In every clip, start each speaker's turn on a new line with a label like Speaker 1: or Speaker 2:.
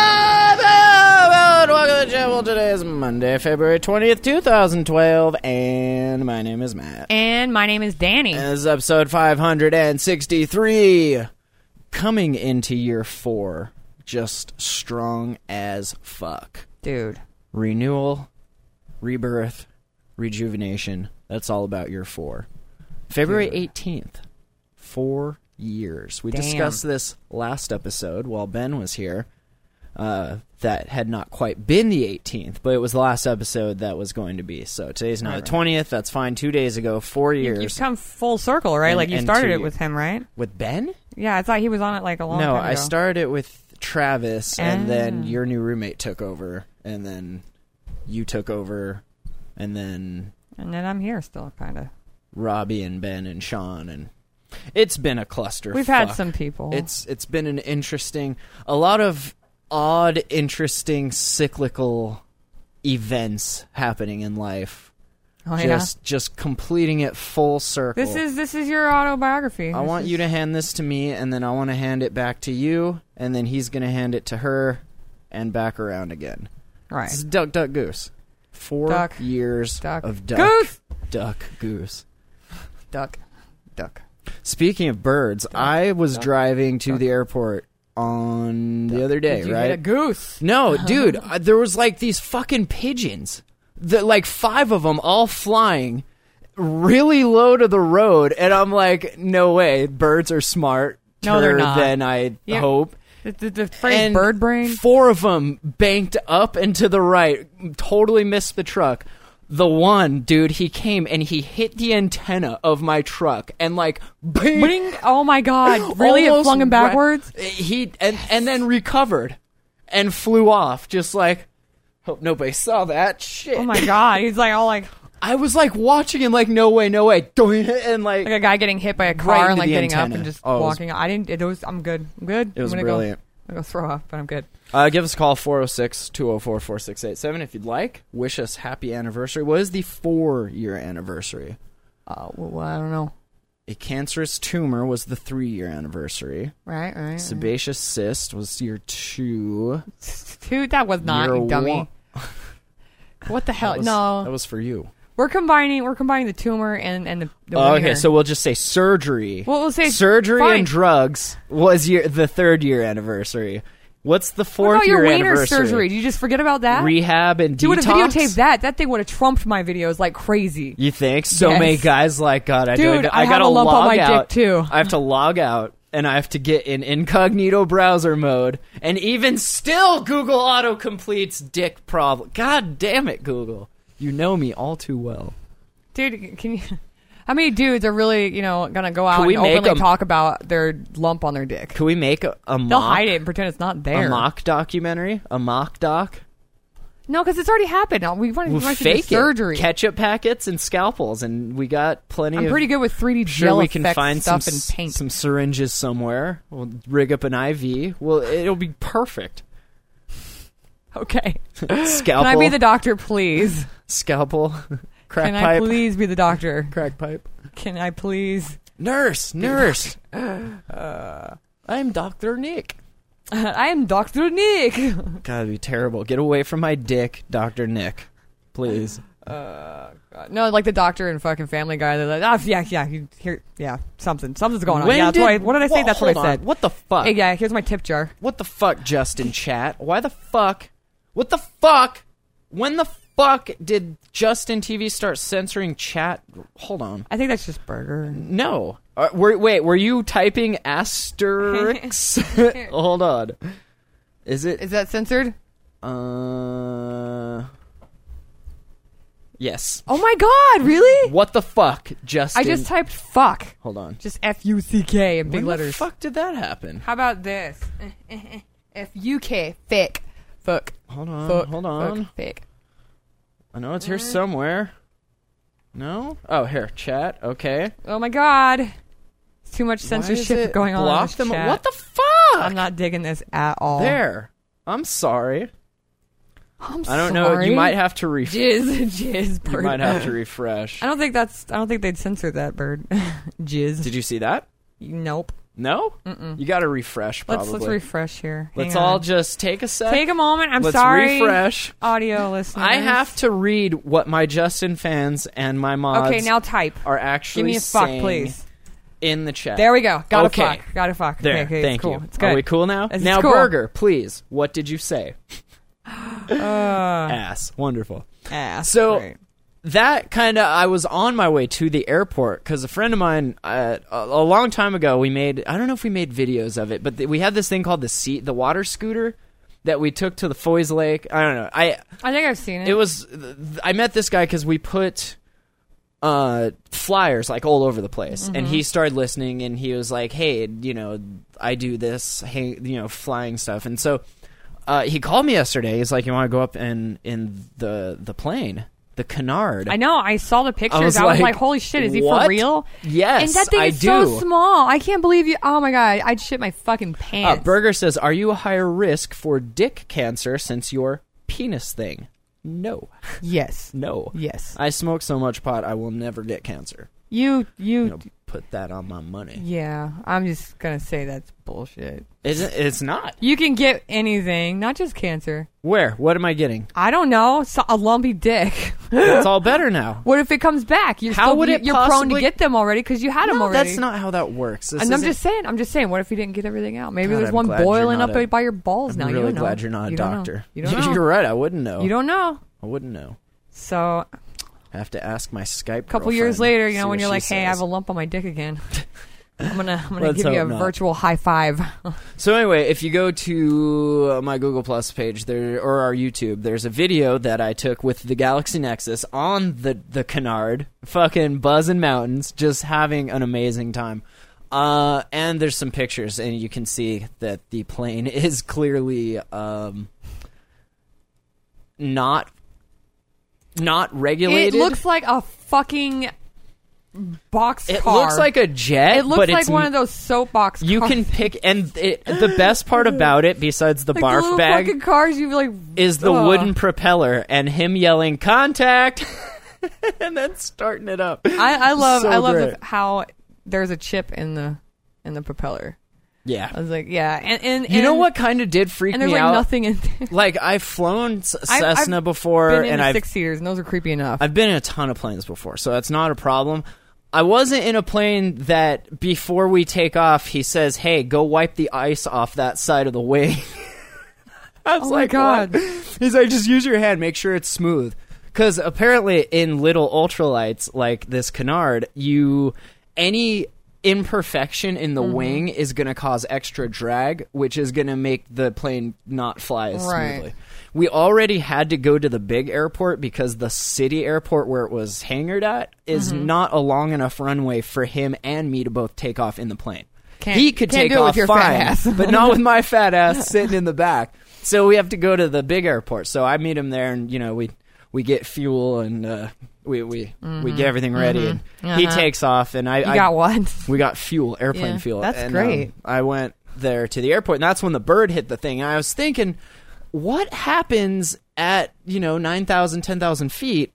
Speaker 1: Hello, and welcome to the channel. Today is Monday, February 20th, 2012, and my name is Matt.
Speaker 2: And my name is Danny.
Speaker 1: And this is episode 563. Coming into year four, just strong as fuck.
Speaker 2: Dude.
Speaker 1: Renewal, rebirth, rejuvenation. That's all about year four. February 18th, four years. We
Speaker 2: Damn.
Speaker 1: discussed this last episode while Ben was here. Uh, that had not quite been the 18th, but it was the last episode that was going to be. So today's now the 20th. That's fine. Two days ago, four
Speaker 2: You've
Speaker 1: years
Speaker 2: come full circle, right?
Speaker 1: And-
Speaker 2: like you
Speaker 1: and
Speaker 2: started
Speaker 1: to
Speaker 2: it
Speaker 1: you.
Speaker 2: with him, right?
Speaker 1: with Ben.
Speaker 2: Yeah, I thought he was on it like a long
Speaker 1: No,
Speaker 2: time ago.
Speaker 1: I started it with Travis, and
Speaker 2: Ah.
Speaker 1: then your new roommate took over, and then you took over, and then
Speaker 2: And then I'm here still, kind of.
Speaker 1: Robbie and Ben and Sean, and it's been a cluster.
Speaker 2: We've had some people.
Speaker 1: It's it's been an interesting, a lot of odd, interesting cyclical events happening in life.
Speaker 2: Oh, yeah.
Speaker 1: just just completing it full circle.
Speaker 2: This is this is your autobiography.
Speaker 1: I want you to hand this to me, and then I want to hand it back to you, and then he's going to hand it to her, and back around again.
Speaker 2: right.
Speaker 1: This is Duck Duck Goose. Four
Speaker 2: Duck,
Speaker 1: years
Speaker 2: duck,
Speaker 1: of Duck
Speaker 2: goose!
Speaker 1: Duck Goose.
Speaker 2: Duck, duck.
Speaker 1: Speaking of birds, I was driving to the airport on the other day,
Speaker 2: You hit a
Speaker 1: right?
Speaker 2: goose.
Speaker 1: No, dude, uh, there was like these fucking pigeons. The, like five of them all flying really low to the road and I'm like, "No way, birds are smart."
Speaker 2: No, they're not.
Speaker 1: than I
Speaker 2: Yeah.
Speaker 1: hope.
Speaker 2: The, the, the phrase
Speaker 1: And
Speaker 2: bird brain.
Speaker 1: Four of them banked up and to the right, totally missed the truck. The one dude, he came and he hit the antenna of my truck and like, bing,
Speaker 2: Bling. Oh my god! Really? It
Speaker 1: Almost
Speaker 2: flung him
Speaker 1: ra-
Speaker 2: backwards.
Speaker 1: he and and then recovered and flew off. Just like hope nobody saw that shit.
Speaker 2: Oh my god! He's like all like
Speaker 1: I was like watching and like no way, no way, and like,
Speaker 2: like a guy getting hit by a
Speaker 1: Right
Speaker 2: car
Speaker 1: into
Speaker 2: and like
Speaker 1: the
Speaker 2: getting
Speaker 1: antenna.
Speaker 2: up and just
Speaker 1: Oh, it was-
Speaker 2: walking. I didn't. It was. I'm good. I'm good.
Speaker 1: It was
Speaker 2: I'm gonna
Speaker 1: brilliant.
Speaker 2: Go, I'm gonna throw up, but I'm good.
Speaker 1: uh, give us a call 406-204-4687 if you'd like. Wish us happy anniversary. What is the four year anniversary?
Speaker 2: Uh, well, I don't know.
Speaker 1: A cancerous tumor was the three year anniversary.
Speaker 2: Right, right.
Speaker 1: Sebaceous cyst was year two.
Speaker 2: Dude, that was not
Speaker 1: Year
Speaker 2: you dummy.
Speaker 1: one-
Speaker 2: What the hell?
Speaker 1: That was-
Speaker 2: no,
Speaker 1: that was for you.
Speaker 2: we're combining. We're combining the tumor and and the. the
Speaker 1: Oh,
Speaker 2: one
Speaker 1: okay,
Speaker 2: here.
Speaker 1: so we'll just say surgery.
Speaker 2: Well, we'll say-
Speaker 1: surgery
Speaker 2: fine.
Speaker 1: and drugs was your the third year anniversary. What's the
Speaker 2: what
Speaker 1: fourth
Speaker 2: about your
Speaker 1: year
Speaker 2: wiener
Speaker 1: anniversary?
Speaker 2: surgery? Did you just forget about that?
Speaker 1: Rehab and
Speaker 2: you would
Speaker 1: detox.
Speaker 2: have videotaped that. That thing would have trumped my videos like crazy.
Speaker 1: You think so
Speaker 2: Yes.
Speaker 1: many guys like God? I
Speaker 2: Dude,
Speaker 1: do,
Speaker 2: I
Speaker 1: I,
Speaker 2: have
Speaker 1: gotta
Speaker 2: a lump on
Speaker 1: log
Speaker 2: my dick,
Speaker 1: out
Speaker 2: too.
Speaker 1: I have to log out and I have to get in incognito browser mode. And even still, Google auto completes dick problem. God damn it, Google! You know me all too well.
Speaker 2: Dude, can you? How many dudes are really you know gonna go out
Speaker 1: we
Speaker 2: and
Speaker 1: make
Speaker 2: openly
Speaker 1: a-
Speaker 2: talk about their lump on their dick?
Speaker 1: Can we make a, a
Speaker 2: They'll
Speaker 1: mock
Speaker 2: hide it and pretend it's not there.
Speaker 1: a mock documentary? A mock doc?
Speaker 2: No, because it's already happened. We want
Speaker 1: We'll
Speaker 2: to do
Speaker 1: fake
Speaker 2: surgery.
Speaker 1: it. Ketchup packets and scalpels, and we got plenty.
Speaker 2: I'm
Speaker 1: of,
Speaker 2: pretty good with 3D
Speaker 1: Sure,
Speaker 2: gel
Speaker 1: we can
Speaker 2: effect
Speaker 1: find
Speaker 2: stuff
Speaker 1: some
Speaker 2: and paint.
Speaker 1: some syringes somewhere. We'll rig up an IV. Well, it'll be perfect.
Speaker 2: okay,
Speaker 1: Scalpel.
Speaker 2: can I be the doctor, please?
Speaker 1: scalpel? crack
Speaker 2: Can I
Speaker 1: pipe.
Speaker 2: please be the doctor?
Speaker 1: Crack pipe.
Speaker 2: Can I please?
Speaker 1: Nurse, nurse. Uh, I'm Doctor Nick.
Speaker 2: I am Doctor Nick.
Speaker 1: God, it'd be terrible. Get away from my dick, Doctor Nick. Please.
Speaker 2: no, like the doctor and fucking Family Guy. They're like, ah, yeah, yeah, you, here, yeah, something, something's going on.
Speaker 1: When
Speaker 2: yeah, that's
Speaker 1: did,
Speaker 2: what, I, what did I say?
Speaker 1: Wha-
Speaker 2: that's what I
Speaker 1: hold on.
Speaker 2: said.
Speaker 1: What the fuck?
Speaker 2: Hey, yeah, here's my tip jar.
Speaker 1: What the fuck, Justin Chat? Why the fuck? What the fuck? When the fuck did Justin TV start censoring chat? Hold on.
Speaker 2: I think that's just burger.
Speaker 1: No. Uh, were, wait, were you typing asterisks? Hold on. Is it?
Speaker 2: Is that censored?
Speaker 1: Uh. Yes.
Speaker 2: Oh my god, really?
Speaker 1: What the fuck, Justin?
Speaker 2: I just typed fuck.
Speaker 1: hold on.
Speaker 2: Just F U C K in big
Speaker 1: when
Speaker 2: letters.
Speaker 1: The fuck did that happen?
Speaker 2: How about this? F U K. Fick. Fuck.
Speaker 1: Hold on.
Speaker 2: Fuck. Uh-huh.
Speaker 1: hold on.
Speaker 2: Fuck. Fick.
Speaker 1: I know it's here somewhere. No. Oh, here. Chat. Okay.
Speaker 2: Oh my god. It's too much
Speaker 1: Why is
Speaker 2: censorship
Speaker 1: it
Speaker 2: going on. in
Speaker 1: block
Speaker 2: this
Speaker 1: them.
Speaker 2: chat.
Speaker 1: What the fuck?
Speaker 2: I'm not digging this at all.
Speaker 1: there. I'm sorry.
Speaker 2: I'm
Speaker 1: I don't know. You might have to refresh.
Speaker 2: jizz, jizz, bird.
Speaker 1: You might have to refresh.
Speaker 2: I don't think that's. I don't think they'd censor that bird. jizz.
Speaker 1: Did you see that?
Speaker 2: nope.
Speaker 1: No. You got to refresh. Probably.
Speaker 2: Let's let's refresh here.
Speaker 1: Let's
Speaker 2: Hang
Speaker 1: all
Speaker 2: on.
Speaker 1: just take a sec.
Speaker 2: take a moment. I'm
Speaker 1: Let's
Speaker 2: sorry,
Speaker 1: refresh.
Speaker 2: audio listeners.
Speaker 1: I have to read what my Justin fans and my mods
Speaker 2: Okay, now type.
Speaker 1: are actually
Speaker 2: Give me a fuck,
Speaker 1: saying
Speaker 2: please.
Speaker 1: in the chat.
Speaker 2: There we go. Got to
Speaker 1: Okay.
Speaker 2: fuck. Got to fuck.
Speaker 1: There,
Speaker 2: okay, okay,
Speaker 1: thank
Speaker 2: it's cool.
Speaker 1: you.
Speaker 2: It's good.
Speaker 1: Are we cool now?
Speaker 2: This is
Speaker 1: now,
Speaker 2: cool.
Speaker 1: Burger, please. What did you say?
Speaker 2: Uh.
Speaker 1: Ass. Wonderful.
Speaker 2: Ass.
Speaker 1: So-
Speaker 2: Great.
Speaker 1: That kind of, I was on my way to the airport because a friend of mine, uh, a, a long time ago, we made, I don't know if we made videos of it, but th- we had this thing called the sea, the water scooter that we took to the Foys Lake. I don't know. I,
Speaker 2: I think I've seen it.
Speaker 1: it was th- th- i met this guy because we put uh flyers like all over the place and he started listening and he was like hey you know i do this hey you know flying stuff and so uh he called me yesterday he's like you want to go up in in the the plane the canard
Speaker 2: I know. I saw the pictures. I was, like, holy shit, is he
Speaker 1: "What?"
Speaker 2: for real?
Speaker 1: Yes,
Speaker 2: And that thing
Speaker 1: I
Speaker 2: is so
Speaker 1: do.
Speaker 2: small. I can't believe you. Oh my god, I'd shit my fucking
Speaker 1: uh,
Speaker 2: pants.
Speaker 1: burger says are you a higher risk for dick cancer since your penis thing no
Speaker 2: yes.
Speaker 1: no
Speaker 2: Yes.
Speaker 1: i smoke so much pot i will never get cancer
Speaker 2: You. You.
Speaker 1: you know, put that on my money
Speaker 2: yeah. I'm just gonna say that's bullshit.
Speaker 1: It's, it's not.
Speaker 2: You can get anything, not just cancer.
Speaker 1: Where? What am I getting?
Speaker 2: I don't know. So, a lumpy dick.
Speaker 1: It's all better now.
Speaker 2: what if it comes back? You're
Speaker 1: How
Speaker 2: still,
Speaker 1: would
Speaker 2: you-
Speaker 1: it
Speaker 2: You're prone to
Speaker 1: possibly-
Speaker 2: get them already because you had them
Speaker 1: No,
Speaker 2: already.
Speaker 1: that's not how that works. This
Speaker 2: And I'm
Speaker 1: isn't-
Speaker 2: just saying, I'm just saying. What if you didn't get everything out? Maybe
Speaker 1: God,
Speaker 2: there's
Speaker 1: I'm
Speaker 2: one
Speaker 1: glad you're
Speaker 2: boiling
Speaker 1: not
Speaker 2: up
Speaker 1: a-
Speaker 2: by your balls
Speaker 1: I'm
Speaker 2: now. you
Speaker 1: really
Speaker 2: don't know.
Speaker 1: glad you're not a
Speaker 2: You don't know.
Speaker 1: doctor.
Speaker 2: You don't know.
Speaker 1: are right. I wouldn't know.
Speaker 2: You don't know.
Speaker 1: I wouldn't know.
Speaker 2: So
Speaker 1: I have to ask my Skype.
Speaker 2: a couple years later, you know, when you're like, "Hey, I have a
Speaker 1: will
Speaker 2: lump on my dick again," I'm gonna I'm gonna
Speaker 1: Let's
Speaker 2: give you a
Speaker 1: hope not.
Speaker 2: virtual high five.
Speaker 1: So anyway, if you go to uh, my Google Plus page there or our YouTube, there's a video that I took with the Galaxy Nexus on the the Canard, fucking buzzing mountains, just having an amazing time. Uh, and there's some pictures, and you can see that the plane is clearly um, not not
Speaker 2: it
Speaker 1: regulated.
Speaker 2: looks like a fucking box
Speaker 1: It
Speaker 2: car.
Speaker 1: looks like a jet.
Speaker 2: it
Speaker 1: but
Speaker 2: looks like
Speaker 1: it's
Speaker 2: one of those soapbox.
Speaker 1: You
Speaker 2: cars.
Speaker 1: can pick, and it, the best part about it, besides the
Speaker 2: like the
Speaker 1: barf
Speaker 2: little
Speaker 1: bag,
Speaker 2: fucking cars. You like
Speaker 1: is the
Speaker 2: Ugh.
Speaker 1: wooden propeller and him yelling contact and then starting it up.
Speaker 2: I, I love
Speaker 1: So
Speaker 2: I love
Speaker 1: great.
Speaker 2: the, how there's a chip in the in the propeller. I
Speaker 1: Yeah.
Speaker 2: was like, yeah, and and,
Speaker 1: You know
Speaker 2: and-
Speaker 1: what kind of did freak
Speaker 2: And there's
Speaker 1: me
Speaker 2: like
Speaker 1: out?
Speaker 2: nothing in there.
Speaker 1: Like I've flown s-
Speaker 2: I've- I've
Speaker 1: Cessna before
Speaker 2: Been in
Speaker 1: and
Speaker 2: the
Speaker 1: I've
Speaker 2: six seaters, and those are creepy enough.
Speaker 1: I've been in a ton of planes before, so that's not a problem. I wasn't in a plane that before we take off, he says, "Hey, go wipe the ice off that side of the wing." I was
Speaker 2: Oh my
Speaker 1: like,
Speaker 2: God.
Speaker 1: "What?" He's like, "Just use your hand, make sure it's smooth." Because apparently, in little ultralights like this canard, you any imperfection in
Speaker 2: Mm-hmm.
Speaker 1: the wing is going to cause extra drag, which is going to make the plane not fly as
Speaker 2: Right.
Speaker 1: smoothly. We already had to go to the big airport because the city airport where it was hangared at is
Speaker 2: Mm-hmm.
Speaker 1: not a long enough runway for him and me to both take off in the plane.
Speaker 2: Can't-
Speaker 1: he could
Speaker 2: can't
Speaker 1: take
Speaker 2: do it with
Speaker 1: off
Speaker 2: your fat
Speaker 1: fine,
Speaker 2: ass.
Speaker 1: but not with my fat ass sitting in the back. So we have to go to the big airport. So I meet him there, and you know we we get fuel and uh, we we we get everything ready, and he
Speaker 2: Uh-huh.
Speaker 1: takes off, and I
Speaker 2: you
Speaker 1: I,
Speaker 2: got one.
Speaker 1: we Mm-hmm. got fuel, airplane
Speaker 2: Yeah,
Speaker 1: fuel.
Speaker 2: that's
Speaker 1: and,
Speaker 2: great.
Speaker 1: um, I went there to the airport, and that's when the bird hit the thing. And I was thinking, what happens at you know 9,000, 10,000 feet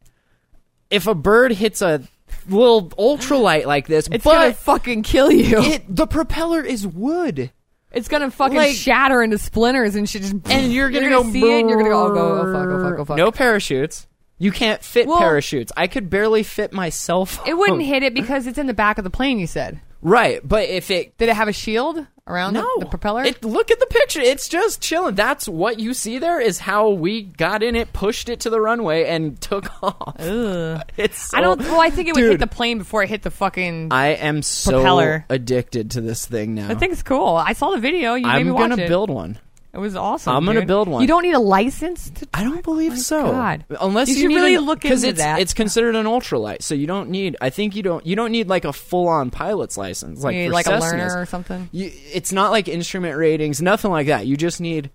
Speaker 1: if a bird hits a little ultralight like this?
Speaker 2: It's
Speaker 1: but
Speaker 2: gonna fucking kill you.
Speaker 1: it, the propeller is wood,
Speaker 2: it's gonna fucking
Speaker 1: like-
Speaker 2: shatter into splinters and shit. Just
Speaker 1: and you're
Speaker 2: you're
Speaker 1: gonna,
Speaker 2: gonna
Speaker 1: go
Speaker 2: see it. And you're gonna go, oh, go, oh, fuck, oh, fuck, oh,
Speaker 1: brrrr.
Speaker 2: fuck.
Speaker 1: No parachutes. You can't fit
Speaker 2: Well-
Speaker 1: parachutes. I could barely fit myself.
Speaker 2: It wouldn't hit it because it's in the back of the plane. You said.
Speaker 1: Right, but if it
Speaker 2: Did it have a shield around the-
Speaker 1: No,
Speaker 2: the, propeller?
Speaker 1: It, look at the picture. It's just chilling. That's what you see there. Is how we got in it, pushed it to the runway, and took off.
Speaker 2: Ugh.
Speaker 1: It's. So,
Speaker 2: I don't. Well, I think it would hit
Speaker 1: Dude.
Speaker 2: the plane before it hit the fucking.
Speaker 1: I
Speaker 2: I,
Speaker 1: am so
Speaker 2: Propeller.
Speaker 1: addicted to this thing now.
Speaker 2: think it's cool. I saw the video. You made
Speaker 1: I'm
Speaker 2: me watch
Speaker 1: gonna
Speaker 2: it.
Speaker 1: build one.
Speaker 2: It was awesome.
Speaker 1: I'm gonna
Speaker 2: dude.
Speaker 1: build one.
Speaker 2: You don't need a license to.
Speaker 1: I don't believe
Speaker 2: my
Speaker 1: so.
Speaker 2: God.
Speaker 1: Unless
Speaker 2: You
Speaker 1: you,
Speaker 2: should
Speaker 1: need
Speaker 2: really
Speaker 1: an-
Speaker 2: look
Speaker 1: 'cause
Speaker 2: into
Speaker 1: it's,
Speaker 2: that.
Speaker 1: It's considered an ultralight, so you don't need. I think you don't. You don't need like a full-on pilot's license, like
Speaker 2: You need,
Speaker 1: for
Speaker 2: like, a
Speaker 1: Cessnas.
Speaker 2: learner or something?
Speaker 1: You, it's not like instrument ratings, nothing like that. You just need.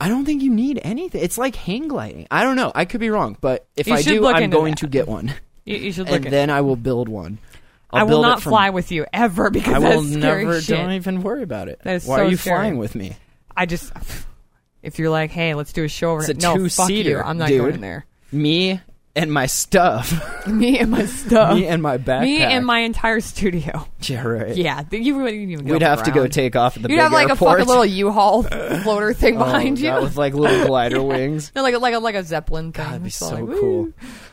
Speaker 1: I don't think you need anything. It's like hang gliding. I don't know. I could be wrong, but if
Speaker 2: You
Speaker 1: I
Speaker 2: should
Speaker 1: do,
Speaker 2: look
Speaker 1: I'm
Speaker 2: into
Speaker 1: going
Speaker 2: that.
Speaker 1: to get one,
Speaker 2: You, you should look.
Speaker 1: and
Speaker 2: at,
Speaker 1: then I will build one. I'll
Speaker 2: I will
Speaker 1: build it
Speaker 2: not
Speaker 1: from-
Speaker 2: fly with you ever because
Speaker 1: I will
Speaker 2: that's scary
Speaker 1: never.
Speaker 2: shit.
Speaker 1: Don't even worry about it.
Speaker 2: That is
Speaker 1: Why
Speaker 2: so
Speaker 1: are you
Speaker 2: scary.
Speaker 1: flying with me?
Speaker 2: I just if you're like, hey, let's do a show over.
Speaker 1: It's a
Speaker 2: no, fuck you.
Speaker 1: two-seater,
Speaker 2: I'm not
Speaker 1: dude.
Speaker 2: going there.
Speaker 1: Me and my stuff.
Speaker 2: Me and my stuff.
Speaker 1: me and my backpack.
Speaker 2: Me and my entire studio.
Speaker 1: Yeah, right.
Speaker 2: Yeah, th- you wouldn't even. Go
Speaker 1: We'd have to go
Speaker 2: around.
Speaker 1: take off at the
Speaker 2: You'd
Speaker 1: big
Speaker 2: have like
Speaker 1: airport.
Speaker 2: a fucking little U-Haul floater thing
Speaker 1: Oh,
Speaker 2: behind
Speaker 1: that
Speaker 2: you.
Speaker 1: with like little glider wings.
Speaker 2: No, like a, like a, like a zeppelin thing.
Speaker 1: That'd be
Speaker 2: It's
Speaker 1: so
Speaker 2: all like, woo. Oh,
Speaker 1: cool.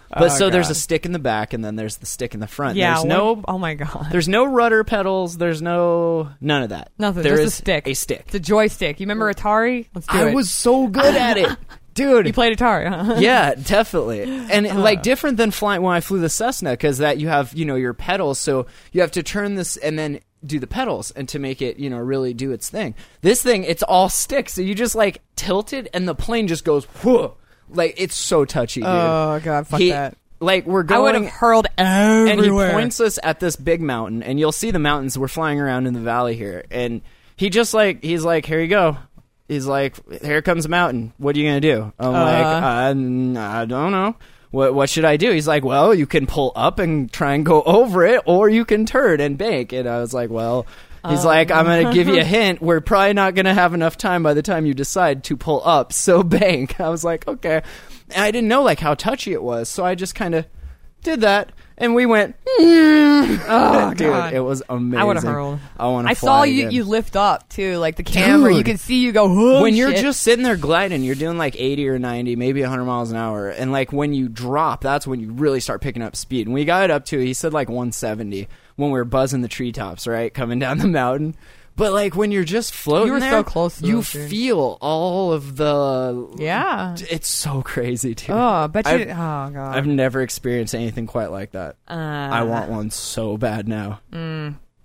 Speaker 1: But so there's
Speaker 2: God.
Speaker 1: a stick in the back, and then there's the stick in the front.
Speaker 2: Yeah.
Speaker 1: there's
Speaker 2: what-
Speaker 1: no,
Speaker 2: Oh my god.
Speaker 1: there's no rudder pedals. There's no none of that.
Speaker 2: Nothing.
Speaker 1: There
Speaker 2: just
Speaker 1: is
Speaker 2: a stick.
Speaker 1: A stick.
Speaker 2: It's a joystick. You remember Atari? Let's do
Speaker 1: I
Speaker 2: it.
Speaker 1: was so good at it, dude.
Speaker 2: You played Atari? Huh?
Speaker 1: yeah, definitely. And like different than flying when I flew the Cessna because that you have you know your pedals, so you have to turn this and then do the pedals and to make it you know really do its thing. This thing it's all stick, so you just like tilt it and the plane just goes whoa, like it's so touchy. Dude.
Speaker 2: Oh, God, fuck that.
Speaker 1: Like we're
Speaker 2: I would
Speaker 1: going.
Speaker 2: have hurled everywhere.
Speaker 1: and he points us at this big mountain, and you'll see the mountains. We're flying around in the valley here, and he just like he's like, "Here you go." He's like, "Here comes a mountain. What are you gonna do?" I'm like, I, "I don't know. What what should I do?" He's like, "Well, you can pull up and try and go over it, or you can turn and bank." And I was like, "Well." He's like, I'm gonna give you a hint. We're probably not gonna have enough time by the time you decide to pull up. So bank. I was like, okay. And I didn't know like how touchy it was, so I just kind of did that, and we went. Oh, dude,
Speaker 2: God.
Speaker 1: it was amazing.
Speaker 2: I would have hurled.
Speaker 1: I want to.
Speaker 2: I saw you. You lift up too, like the camera. You
Speaker 1: Dude.
Speaker 2: can see you go. "Whoa,
Speaker 1: when you're
Speaker 2: shit."
Speaker 1: just sitting there gliding, you're doing like 80 or 90, maybe 100 miles an hour, and like when you drop, that's when you really start picking up speed. And we got it up to, he said like 170 when we were buzzing the treetops, right, coming down the mountain. But like when you're just floating,
Speaker 2: You were so
Speaker 1: there,
Speaker 2: close to
Speaker 1: you
Speaker 2: those, dude.
Speaker 1: feel all of the
Speaker 2: Yeah.
Speaker 1: It's so crazy, dude.
Speaker 2: Oh, but you.
Speaker 1: I've-
Speaker 2: oh god. Uh,
Speaker 1: I've never experienced anything quite like that. I want one so bad now.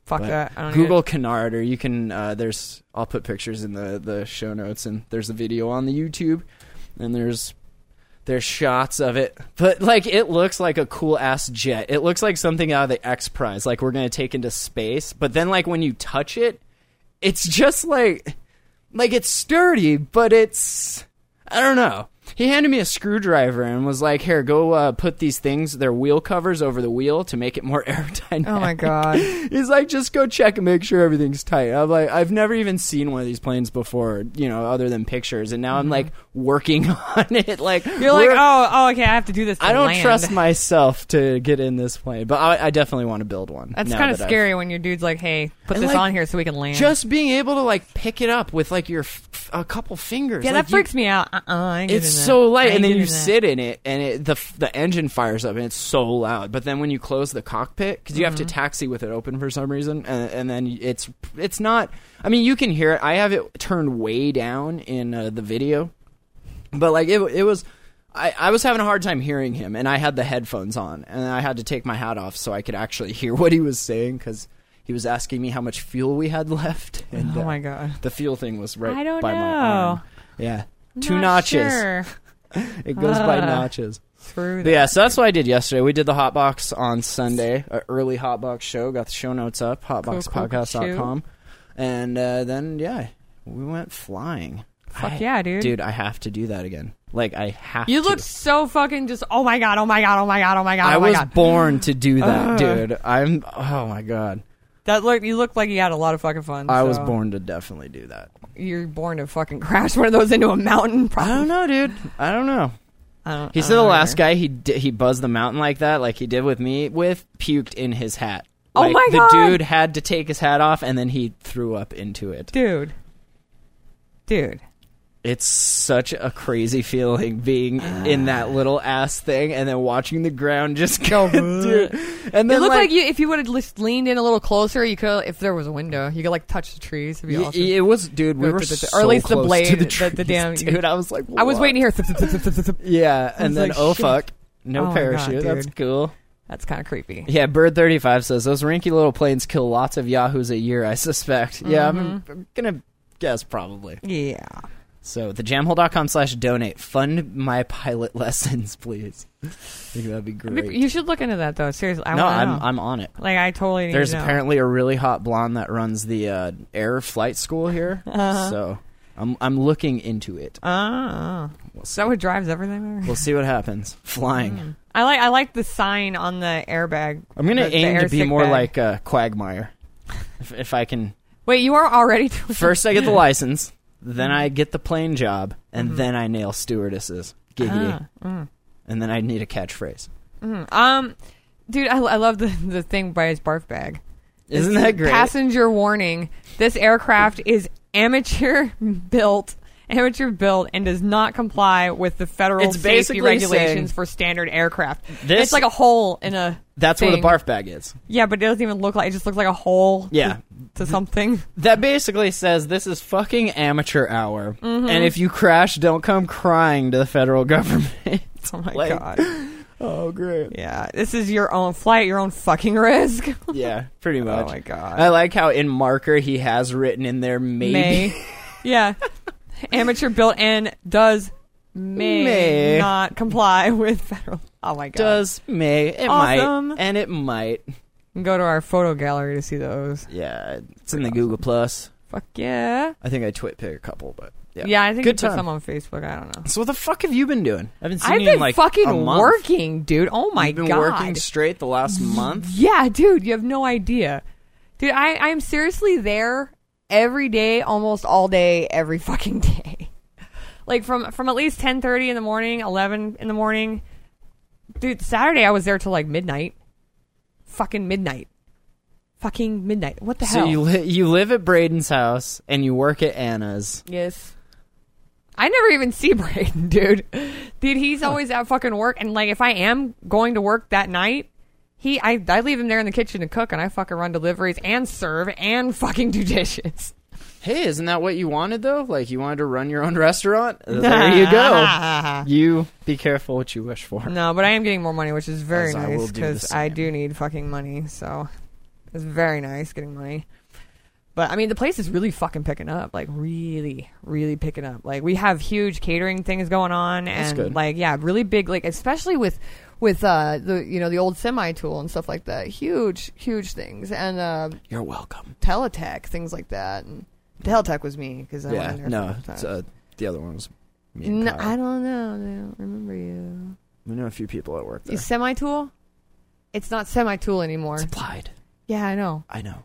Speaker 2: Fuck
Speaker 1: But
Speaker 2: that. I don't
Speaker 1: Google Canard, or you can. Uh, there's. I'll put pictures in the the show notes, and there's a video on the YouTube, and there's there's shots of it. But like, it looks like a cool ass jet. It looks like something out of the X Prize. Like we're gonna take into space. But then, like when you touch it, it's just like like it's sturdy, but it's I don't know. He handed me a screwdriver and was like, "Here, go uh, put these things, their wheel covers over the wheel to make it more aerodynamic."
Speaker 2: Oh my god.
Speaker 1: He's like, just go check and make sure everything's tight. I'm like, I've never even seen one of these planes before, you know, other than pictures. And now I'm like working on it. Like
Speaker 2: Mm-hmm. You're like, oh, oh, okay. I have to do this. to
Speaker 1: I don't
Speaker 2: land."
Speaker 1: trust myself to get in this plane, but I, I definitely want to build one.
Speaker 2: That's
Speaker 1: now
Speaker 2: kind of
Speaker 1: that I've-
Speaker 2: scary when your dude's like, hey, put
Speaker 1: And,
Speaker 2: this
Speaker 1: like,
Speaker 2: on here so we can land.
Speaker 1: Just being able to like pick it up with like your f- f- a couple fingers.
Speaker 2: yeah,
Speaker 1: like,
Speaker 2: that
Speaker 1: you-
Speaker 2: freaks me out. Uh, uh I ain't
Speaker 1: It's
Speaker 2: doing that.
Speaker 1: so
Speaker 2: I
Speaker 1: light,
Speaker 2: ain't
Speaker 1: and then you
Speaker 2: doing that.
Speaker 1: sit in it, and it, the f- the engine fires up, and it's so loud. But then when you close the cockpit, because you have to
Speaker 2: Mm-hmm.
Speaker 1: taxi with it open for some reason, and, and then it's it's not. I mean, you can hear it. I have it turned way down in uh, the video, but like it it was. I, I was having a hard time hearing him, and I had the headphones on, and I had to take my hat off so I could actually hear what he was saying because he was asking me how much fuel we had left. And,
Speaker 2: Oh
Speaker 1: uh,
Speaker 2: my god.
Speaker 1: The fuel thing was right
Speaker 2: I don't
Speaker 1: by my
Speaker 2: know.
Speaker 1: arm. Yeah, two
Speaker 2: Not
Speaker 1: notches.
Speaker 2: sure.
Speaker 1: It goes by
Speaker 2: Ah.
Speaker 1: notches.
Speaker 2: Screw
Speaker 1: But
Speaker 2: that.
Speaker 1: yeah, so that's what I did yesterday. We did the hot box on Sunday, our early hot box show. Got the show notes up, hotboxpodcast.com. And uh, then, yeah, we went flying.
Speaker 2: Fuck
Speaker 1: I-
Speaker 2: yeah, dude.
Speaker 1: Dude, I have to do that again. Like, I have
Speaker 2: You
Speaker 1: to.
Speaker 2: look so fucking just. Oh my god. Oh my god. Oh my god. Oh my god.
Speaker 1: I
Speaker 2: oh my
Speaker 1: was
Speaker 2: god.
Speaker 1: born to do that, dude. I'm. Oh my god.
Speaker 2: That look. You look like you had a lot of fucking fun.
Speaker 1: I was
Speaker 2: so
Speaker 1: born to definitely do that.
Speaker 2: You're born to fucking crash one of those into a mountain.
Speaker 1: I
Speaker 2: Probably.
Speaker 1: don't know, dude. I don't know.
Speaker 2: I don't-
Speaker 1: He
Speaker 2: I
Speaker 1: said the
Speaker 2: don't
Speaker 1: last
Speaker 2: either.
Speaker 1: guy he di- he buzzed the mountain like that, like he did with me, with puked in his hat.
Speaker 2: Oh
Speaker 1: Like,
Speaker 2: my
Speaker 1: The
Speaker 2: God.
Speaker 1: dude had to take his hat off, and then he threw up into it.
Speaker 2: Dude. Dude.
Speaker 1: It's such a crazy feeling being in that little ass thing, and then watching the ground just go. dude. And
Speaker 2: It
Speaker 1: then
Speaker 2: looked like, you if you would have just leaned in a little closer, you could if there was a window, you could like touch the trees. It'd be
Speaker 1: y-
Speaker 2: awesome.
Speaker 1: it was, dude. We
Speaker 2: Or
Speaker 1: were
Speaker 2: at
Speaker 1: so
Speaker 2: least the
Speaker 1: close
Speaker 2: blade,
Speaker 1: to the,
Speaker 2: the- the
Speaker 1: trees,
Speaker 2: damn-
Speaker 1: dude. I was like,
Speaker 2: I was
Speaker 1: "What?"
Speaker 2: waiting here. Thup, thup, thup, thup, thup, thup.
Speaker 1: Yeah, and
Speaker 2: was
Speaker 1: then
Speaker 2: like,
Speaker 1: oh
Speaker 2: "Shit."
Speaker 1: fuck,
Speaker 2: Oh
Speaker 1: no
Speaker 2: my God,
Speaker 1: parachute. That's
Speaker 2: dude.
Speaker 1: cool.
Speaker 2: That's kind of creepy.
Speaker 1: Yeah, Bird thirty five says those rinky little planes kill
Speaker 2: Mm-hmm.
Speaker 1: lots of yahoos a year. I suspect. Yeah, I'm, I'm gonna guess probably.
Speaker 2: Yeah.
Speaker 1: So thejamhole.com slash donate. Fund my pilot lessons, please. I think that'd be great.
Speaker 2: You should look into that though. Seriously, I
Speaker 1: no,
Speaker 2: wanna
Speaker 1: I'm
Speaker 2: know.
Speaker 1: I'm on it.
Speaker 2: like I totally. Need
Speaker 1: There's
Speaker 2: to know.
Speaker 1: apparently a really hot blonde that runs the uh, air flight school here.
Speaker 2: Uh-huh.
Speaker 1: So I'm I'm looking into it.
Speaker 2: Ah,
Speaker 1: We'll
Speaker 2: is
Speaker 1: see,
Speaker 2: that Mm. what drives everything? There?
Speaker 1: we'll see what happens. Flying.
Speaker 2: I like I like the sign on the airbag.
Speaker 1: I'm gonna
Speaker 2: the- the
Speaker 1: aim
Speaker 2: air
Speaker 1: to be
Speaker 2: sick
Speaker 1: more
Speaker 2: bag.
Speaker 1: like uh, Quagmire. If, if I can,
Speaker 2: Wait, you are already doing
Speaker 1: first I get the license, then
Speaker 2: Mm-hmm.
Speaker 1: I get the plane job, and then I nail stewardesses. Giggity.
Speaker 2: Ah, mm.
Speaker 1: And then I need a catchphrase.
Speaker 2: Um, dude, I, I love the the thing by his barf bag.
Speaker 1: Isn't that great?
Speaker 2: Passenger warning: This aircraft is amateur built, amateur built, and does not comply with the federal
Speaker 1: It's
Speaker 2: safety
Speaker 1: basically
Speaker 2: regulations
Speaker 1: saying-
Speaker 2: for standard aircraft.
Speaker 1: This-
Speaker 2: it's like a hole in a.
Speaker 1: That's where
Speaker 2: thing.
Speaker 1: the barf bag is.
Speaker 2: Yeah, but it doesn't even look like. It just looks like a hole.
Speaker 1: Yeah.
Speaker 2: To, to something.
Speaker 1: That basically says this is fucking amateur hour,
Speaker 2: Mm-hmm.
Speaker 1: and if you crash, don't come crying to the federal government.
Speaker 2: Oh my
Speaker 1: Like-
Speaker 2: god.
Speaker 1: oh, great.
Speaker 2: Yeah, this is your own flight, your own fucking risk. Oh
Speaker 1: Yeah, pretty much.
Speaker 2: my God.
Speaker 1: I like how in marker he has written in there maybe.
Speaker 2: May. yeah. Amateur built and does may,
Speaker 1: May.
Speaker 2: not comply with federal. Oh my god.
Speaker 1: Does may it
Speaker 2: Awesome.
Speaker 1: might and it might.
Speaker 2: Go to our photo gallery to see those.
Speaker 1: Yeah, it's in the Google Plus.
Speaker 2: Fuck yeah.
Speaker 1: I think I twit pick a couple, but yeah,
Speaker 2: Yeah, I think
Speaker 1: good
Speaker 2: Good put
Speaker 1: time.
Speaker 2: some on Facebook. I don't know.
Speaker 1: So what the fuck have you been doing? I haven't seen
Speaker 2: I've
Speaker 1: you in
Speaker 2: been
Speaker 1: like a
Speaker 2: fucking
Speaker 1: month.
Speaker 2: working, dude. Oh my
Speaker 1: You've been
Speaker 2: god.
Speaker 1: working straight the last month.
Speaker 2: Yeah, dude, you have no idea. Dude, I, I'm seriously there every day, almost all day, every fucking day. Like from from at least ten thirty in the morning, eleven in the morning. Dude, Saturday I was there till like midnight. Fucking midnight. Fucking midnight. What the
Speaker 1: So
Speaker 2: hell?
Speaker 1: you li- you live at Braden's house and you work at Anna's.
Speaker 2: yes. I never even see Brayden, dude. Dude, he's always at fucking work and like if I am going to work that night, He, I, I leave him there in the kitchen to cook, and I fucking run deliveries and serve and fucking do dishes.
Speaker 1: Hey, isn't that what you wanted though? Like you wanted to run your own restaurant? There you go. You be careful what you wish for.
Speaker 2: No, but I am getting more money, which is very
Speaker 1: As I will do
Speaker 2: nice
Speaker 1: the
Speaker 2: because I
Speaker 1: same.
Speaker 2: do need fucking money. So it's very nice getting money. But I mean, the place is really fucking picking up, like really, really picking up. Like we have huge catering things going on, and
Speaker 1: good.
Speaker 2: like yeah, really big, like especially with with uh the you know the old semi tool and stuff like that. Huge, huge things, and uh
Speaker 1: You're welcome.
Speaker 2: Teletech things like that. And Teletech was me because I
Speaker 1: Yeah,
Speaker 2: went in there
Speaker 1: no,
Speaker 2: a couple
Speaker 1: it's,
Speaker 2: times.
Speaker 1: uh, the other one was me and
Speaker 2: No,
Speaker 1: Kyle.
Speaker 2: I don't know. I don't remember you.
Speaker 1: We know a few people at work there.
Speaker 2: You semi tool? It's not semi tool anymore.
Speaker 1: It's applied.
Speaker 2: Yeah, I know.
Speaker 1: I know.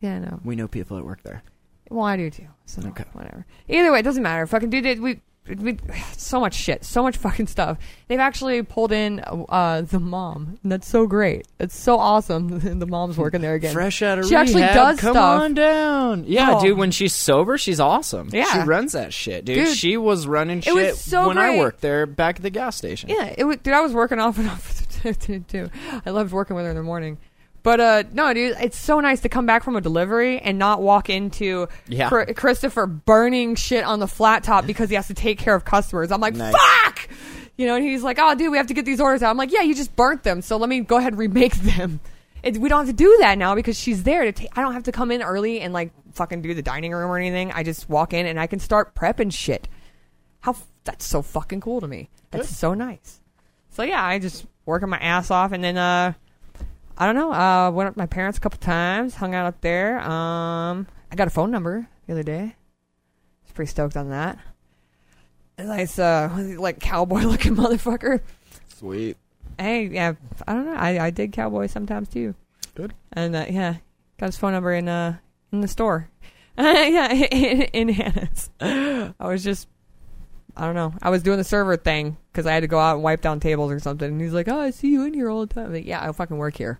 Speaker 2: Yeah, I know.
Speaker 1: We know people at work there.
Speaker 2: Well, I do too. So
Speaker 1: Okay.
Speaker 2: whatever. Either way, it doesn't matter. Fucking dude, it- we we so much shit, so much fucking stuff. They've actually pulled in uh, the mom. And that's so great. It's so awesome. the mom's working there again.
Speaker 1: Fresh out of
Speaker 2: She
Speaker 1: rehab,
Speaker 2: actually does
Speaker 1: come
Speaker 2: stuff.
Speaker 1: on down. Yeah,
Speaker 2: Oh.
Speaker 1: dude. When she's sober, she's awesome.
Speaker 2: Yeah.
Speaker 1: she runs that shit, dude.
Speaker 2: Dude,
Speaker 1: she was running shit
Speaker 2: was so
Speaker 1: when I
Speaker 2: great.
Speaker 1: worked there back at the gas station.
Speaker 2: Yeah, it was, dude. I was working off and off too. too. I loved working with her in the morning. But uh, no, dude, it's so nice to come back from a delivery and not walk into
Speaker 1: Yeah.
Speaker 2: Chri- Christopher burning shit on the flat top because he has to take care of customers. I'm like,
Speaker 1: Nice.
Speaker 2: fuck, you know. And he's like, oh, dude, we have to get these orders out. I'm like, yeah, you just burnt them, so let me go ahead and remake them. It, we don't have to do that now because she's there to take. I don't have to come in early and like fucking do the dining room or anything. I just walk in and I can start prepping shit. How f- that's so fucking cool to me. That's so nice. So yeah, I just working my ass off, and then uh, I don't know. Uh, went up to my parents a couple times, hung out up there. Um, I got a phone number the other day. I was pretty stoked on that. A nice, uh, like cowboy looking motherfucker.
Speaker 1: Sweet.
Speaker 2: Hey, yeah, I don't know. I, I did cowboys sometimes too.
Speaker 1: Good.
Speaker 2: And uh, yeah, got his phone number in uh in the store. yeah, in, in Hannah's. I was just, I don't know. I was doing the server thing because I had to go out and wipe down tables or something. And he's like, "Oh, I see you in here all the time." I'm like, yeah, I fucking work here.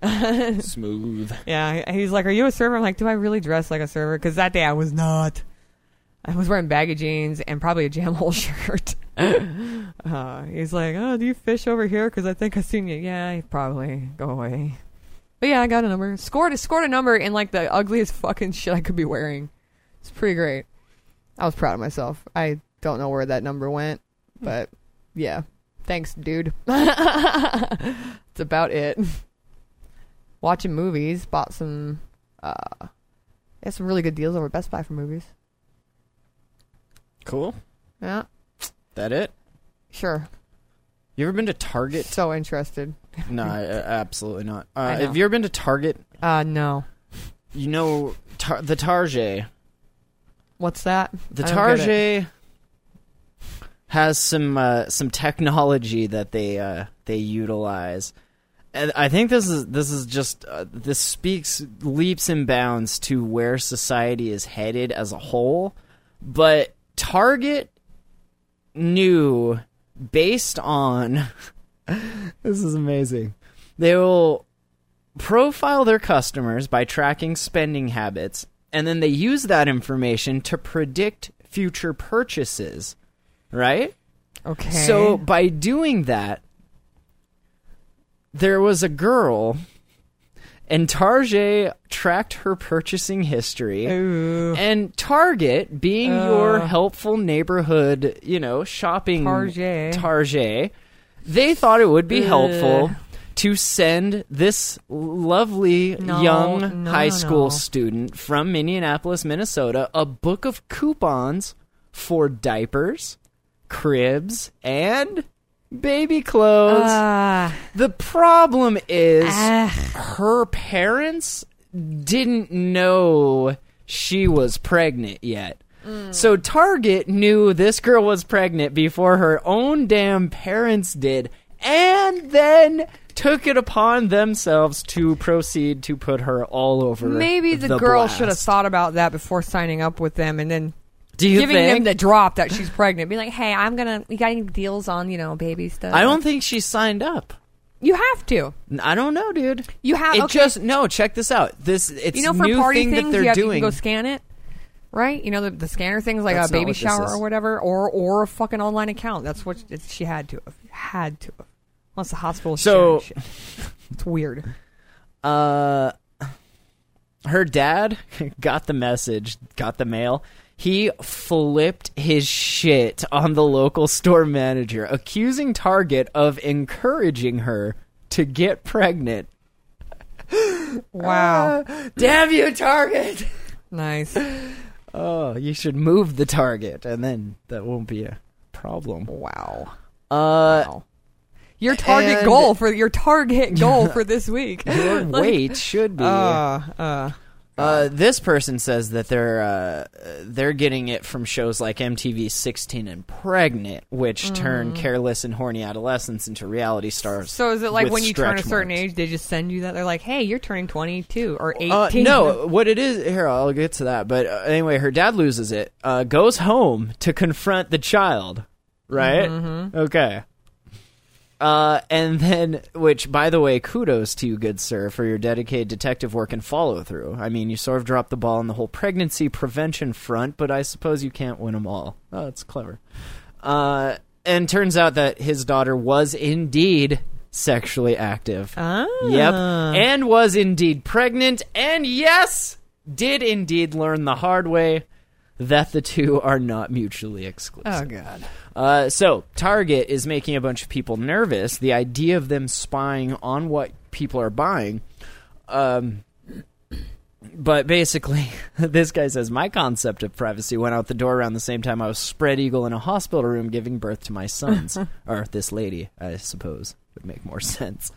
Speaker 1: Smooth.
Speaker 2: Yeah, he- he's like, "Are you a server?" I'm like, "Do I really dress like a server?" Because that day I was not. I was wearing baggy jeans and probably a jam hole shirt. uh, he's like, "Oh, do you fish over here?" Because I think I seen you. Yeah, you probably go away. But yeah, I got a number. Scored scored a number in like the ugliest fucking shit I could be wearing. It's pretty great. I was proud of myself. I don't know where that number went, but yeah, thanks, dude. That's about it watching movies. Bought some, uh, they had some really good deals over at Best Buy for movies.
Speaker 1: Cool.
Speaker 2: Yeah,
Speaker 1: That it?
Speaker 2: sure.
Speaker 1: You ever been to Target?
Speaker 2: So interested.
Speaker 1: no, I, uh, absolutely not. Uh,
Speaker 2: I know.
Speaker 1: have you ever been to Target?
Speaker 2: Uh, no.
Speaker 1: You know tar- the Target.
Speaker 2: What's that?
Speaker 1: The
Speaker 2: I don't get it.
Speaker 1: Target has some uh, some technology that they uh, they utilize, and I think this is this is just uh, this speaks leaps and bounds to where society is headed as a whole. But Target knew based on this is amazing. They will profile their customers by tracking spending habits, and then they use that information to predict future purchases, right?
Speaker 2: Okay.
Speaker 1: So by doing that, there was a girl, and Target tracked her purchasing history.
Speaker 2: Ooh. Uh.
Speaker 1: And Target, being your helpful neighborhood, you know, shopping
Speaker 2: Target.
Speaker 1: Target, they thought it would be
Speaker 2: Ugh.
Speaker 1: helpful to send this lovely
Speaker 2: No, no,
Speaker 1: young
Speaker 2: no,
Speaker 1: high school
Speaker 2: no.
Speaker 1: student from Minneapolis, Minnesota, a book of coupons for diapers, cribs, and baby clothes.
Speaker 2: Ah,
Speaker 1: the problem is
Speaker 2: ah.
Speaker 1: her parents didn't know she was pregnant yet.
Speaker 2: Mm.
Speaker 1: So Target knew this girl was pregnant before her own damn parents did, and then took it upon themselves to proceed to put her all over.
Speaker 2: maybe the, girl
Speaker 1: blast.
Speaker 2: should have thought about that before signing up with them, and then
Speaker 1: Do you
Speaker 2: giving
Speaker 1: think?
Speaker 2: them the drop that she's pregnant. Be like, hey, I'm gonna. You got any deals on you know baby stuff?
Speaker 1: I don't think she signed up.
Speaker 2: You have to.
Speaker 1: I don't know, dude.
Speaker 2: You have.
Speaker 1: It
Speaker 2: okay.
Speaker 1: just no. Check this out. This it's
Speaker 2: you know for
Speaker 1: new
Speaker 2: party
Speaker 1: thing
Speaker 2: things
Speaker 1: that they're
Speaker 2: you, have,
Speaker 1: doing.
Speaker 2: you can go scan it right you know the, the scanner things like
Speaker 1: That's
Speaker 2: a
Speaker 1: not what
Speaker 2: baby
Speaker 1: this
Speaker 2: shower
Speaker 1: is.
Speaker 2: or whatever or or a fucking online account that's what it's, she had to have had to have unless the hospital
Speaker 1: So-
Speaker 2: shit. it's weird
Speaker 1: uh her dad got the message got the mail he flipped his shit on the local store manager accusing target of encouraging her to get pregnant
Speaker 2: wow
Speaker 1: Uh, damn you target
Speaker 2: nice
Speaker 1: oh you should move the target and then that won't be a problem
Speaker 2: wow
Speaker 1: uh
Speaker 2: Wow. your target
Speaker 1: And-
Speaker 2: goal for your target goal for this week
Speaker 1: your
Speaker 2: Like-
Speaker 1: weight should be
Speaker 2: uh, uh,
Speaker 1: Uh, this person says that they're uh, they're getting it from shows like MTV 16 and Pregnant, which
Speaker 2: Mm.
Speaker 1: turn careless and horny adolescents into reality stars.
Speaker 2: so is it like
Speaker 1: with
Speaker 2: when you turn a
Speaker 1: stretch
Speaker 2: certain
Speaker 1: marks.
Speaker 2: age they just send you that they're like hey you're turning 22 or 18
Speaker 1: Uh, no, what it is here, I'll get to that. But uh, anyway, her dad loses it, uh, goes home to confront the child, right?
Speaker 2: Mm-hmm.
Speaker 1: Okay. Uh, and then, which by the way, kudos to you, good sir, for your dedicated detective work and follow through. I mean, you sort of dropped the ball on the whole pregnancy prevention front, but I suppose you can't win them all. Oh, that's clever. Uh, and turns out that his daughter was indeed sexually active.
Speaker 2: Ah.
Speaker 1: Yep. And was indeed pregnant. And yes, did indeed learn the hard way that the two are not mutually exclusive.
Speaker 2: oh god
Speaker 1: Uh, so, Target is making a bunch of people nervous. The idea of them spying on what people are buying. Um, but basically, this guy says my concept of privacy went out the door around the same time I was spread eagle in a hospital room giving birth to my sons. or this lady, I suppose, would make more sense.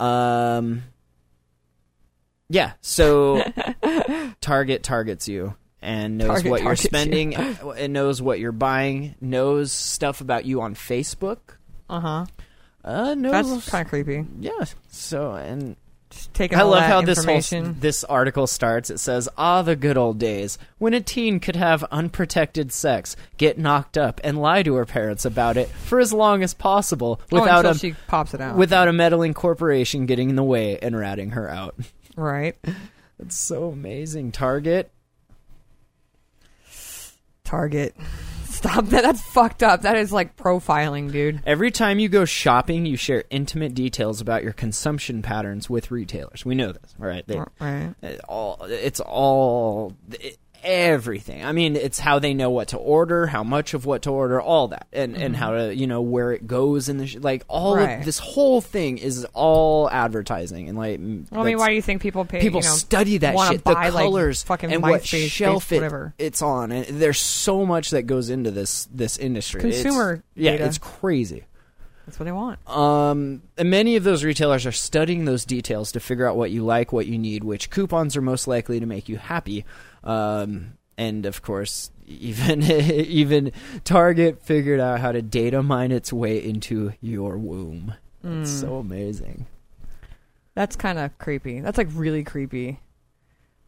Speaker 1: um, yeah, so Target targets you and knows
Speaker 2: Target
Speaker 1: what you're
Speaker 2: targets you.
Speaker 1: spending and knows what you're buying, knows stuff about you on Facebook.
Speaker 2: uh-huh
Speaker 1: Uh, knows,
Speaker 2: that's kind of creepy
Speaker 1: yeah. So and
Speaker 2: Just taking
Speaker 1: I
Speaker 2: all
Speaker 1: love
Speaker 2: that
Speaker 1: how this whole
Speaker 2: information.
Speaker 1: this article starts. It says, "Ah, the good old days when a teen could have unprotected sex, get knocked up, and lie to her parents about it for as long as possible
Speaker 2: oh,
Speaker 1: without
Speaker 2: until
Speaker 1: a
Speaker 2: she pops it out.
Speaker 1: without a meddling corporation getting in the way and ratting her out."
Speaker 2: right
Speaker 1: That's so amazing, Target.
Speaker 2: target. Stop that. That's fucked up. That is like profiling, dude.
Speaker 1: Every time you go shopping, you share intimate details about your consumption patterns with retailers. We know this, all right? They-
Speaker 2: Right.
Speaker 1: it all it's all it, everything. I mean, it's how they know what to order, how much of what to order, all that, and and how to you know where it goes in the sh- like all
Speaker 2: Mm-hmm. Right.
Speaker 1: of this whole thing is all advertising and like. mm,
Speaker 2: Well, I mean, why do you think people pay?
Speaker 1: People
Speaker 2: you know,
Speaker 1: study that
Speaker 2: wanna
Speaker 1: shit, the
Speaker 2: buy, like,
Speaker 1: colors,
Speaker 2: fucking
Speaker 1: and what
Speaker 2: MySpace,
Speaker 1: shelf
Speaker 2: Facebook,
Speaker 1: it-
Speaker 2: whatever.
Speaker 1: it's on. And there's so much that goes into this this industry. It's-
Speaker 2: Consumer
Speaker 1: yeah,
Speaker 2: data.
Speaker 1: it's crazy.
Speaker 2: That's what they want.
Speaker 1: Um, and many of those retailers are studying those details to figure out what you like, what you need, which coupons are most likely to make you happy. Um, and of course, even even Target figured out how to data mine its way into your womb. It's so amazing.
Speaker 2: That's kind of creepy. That's like really creepy.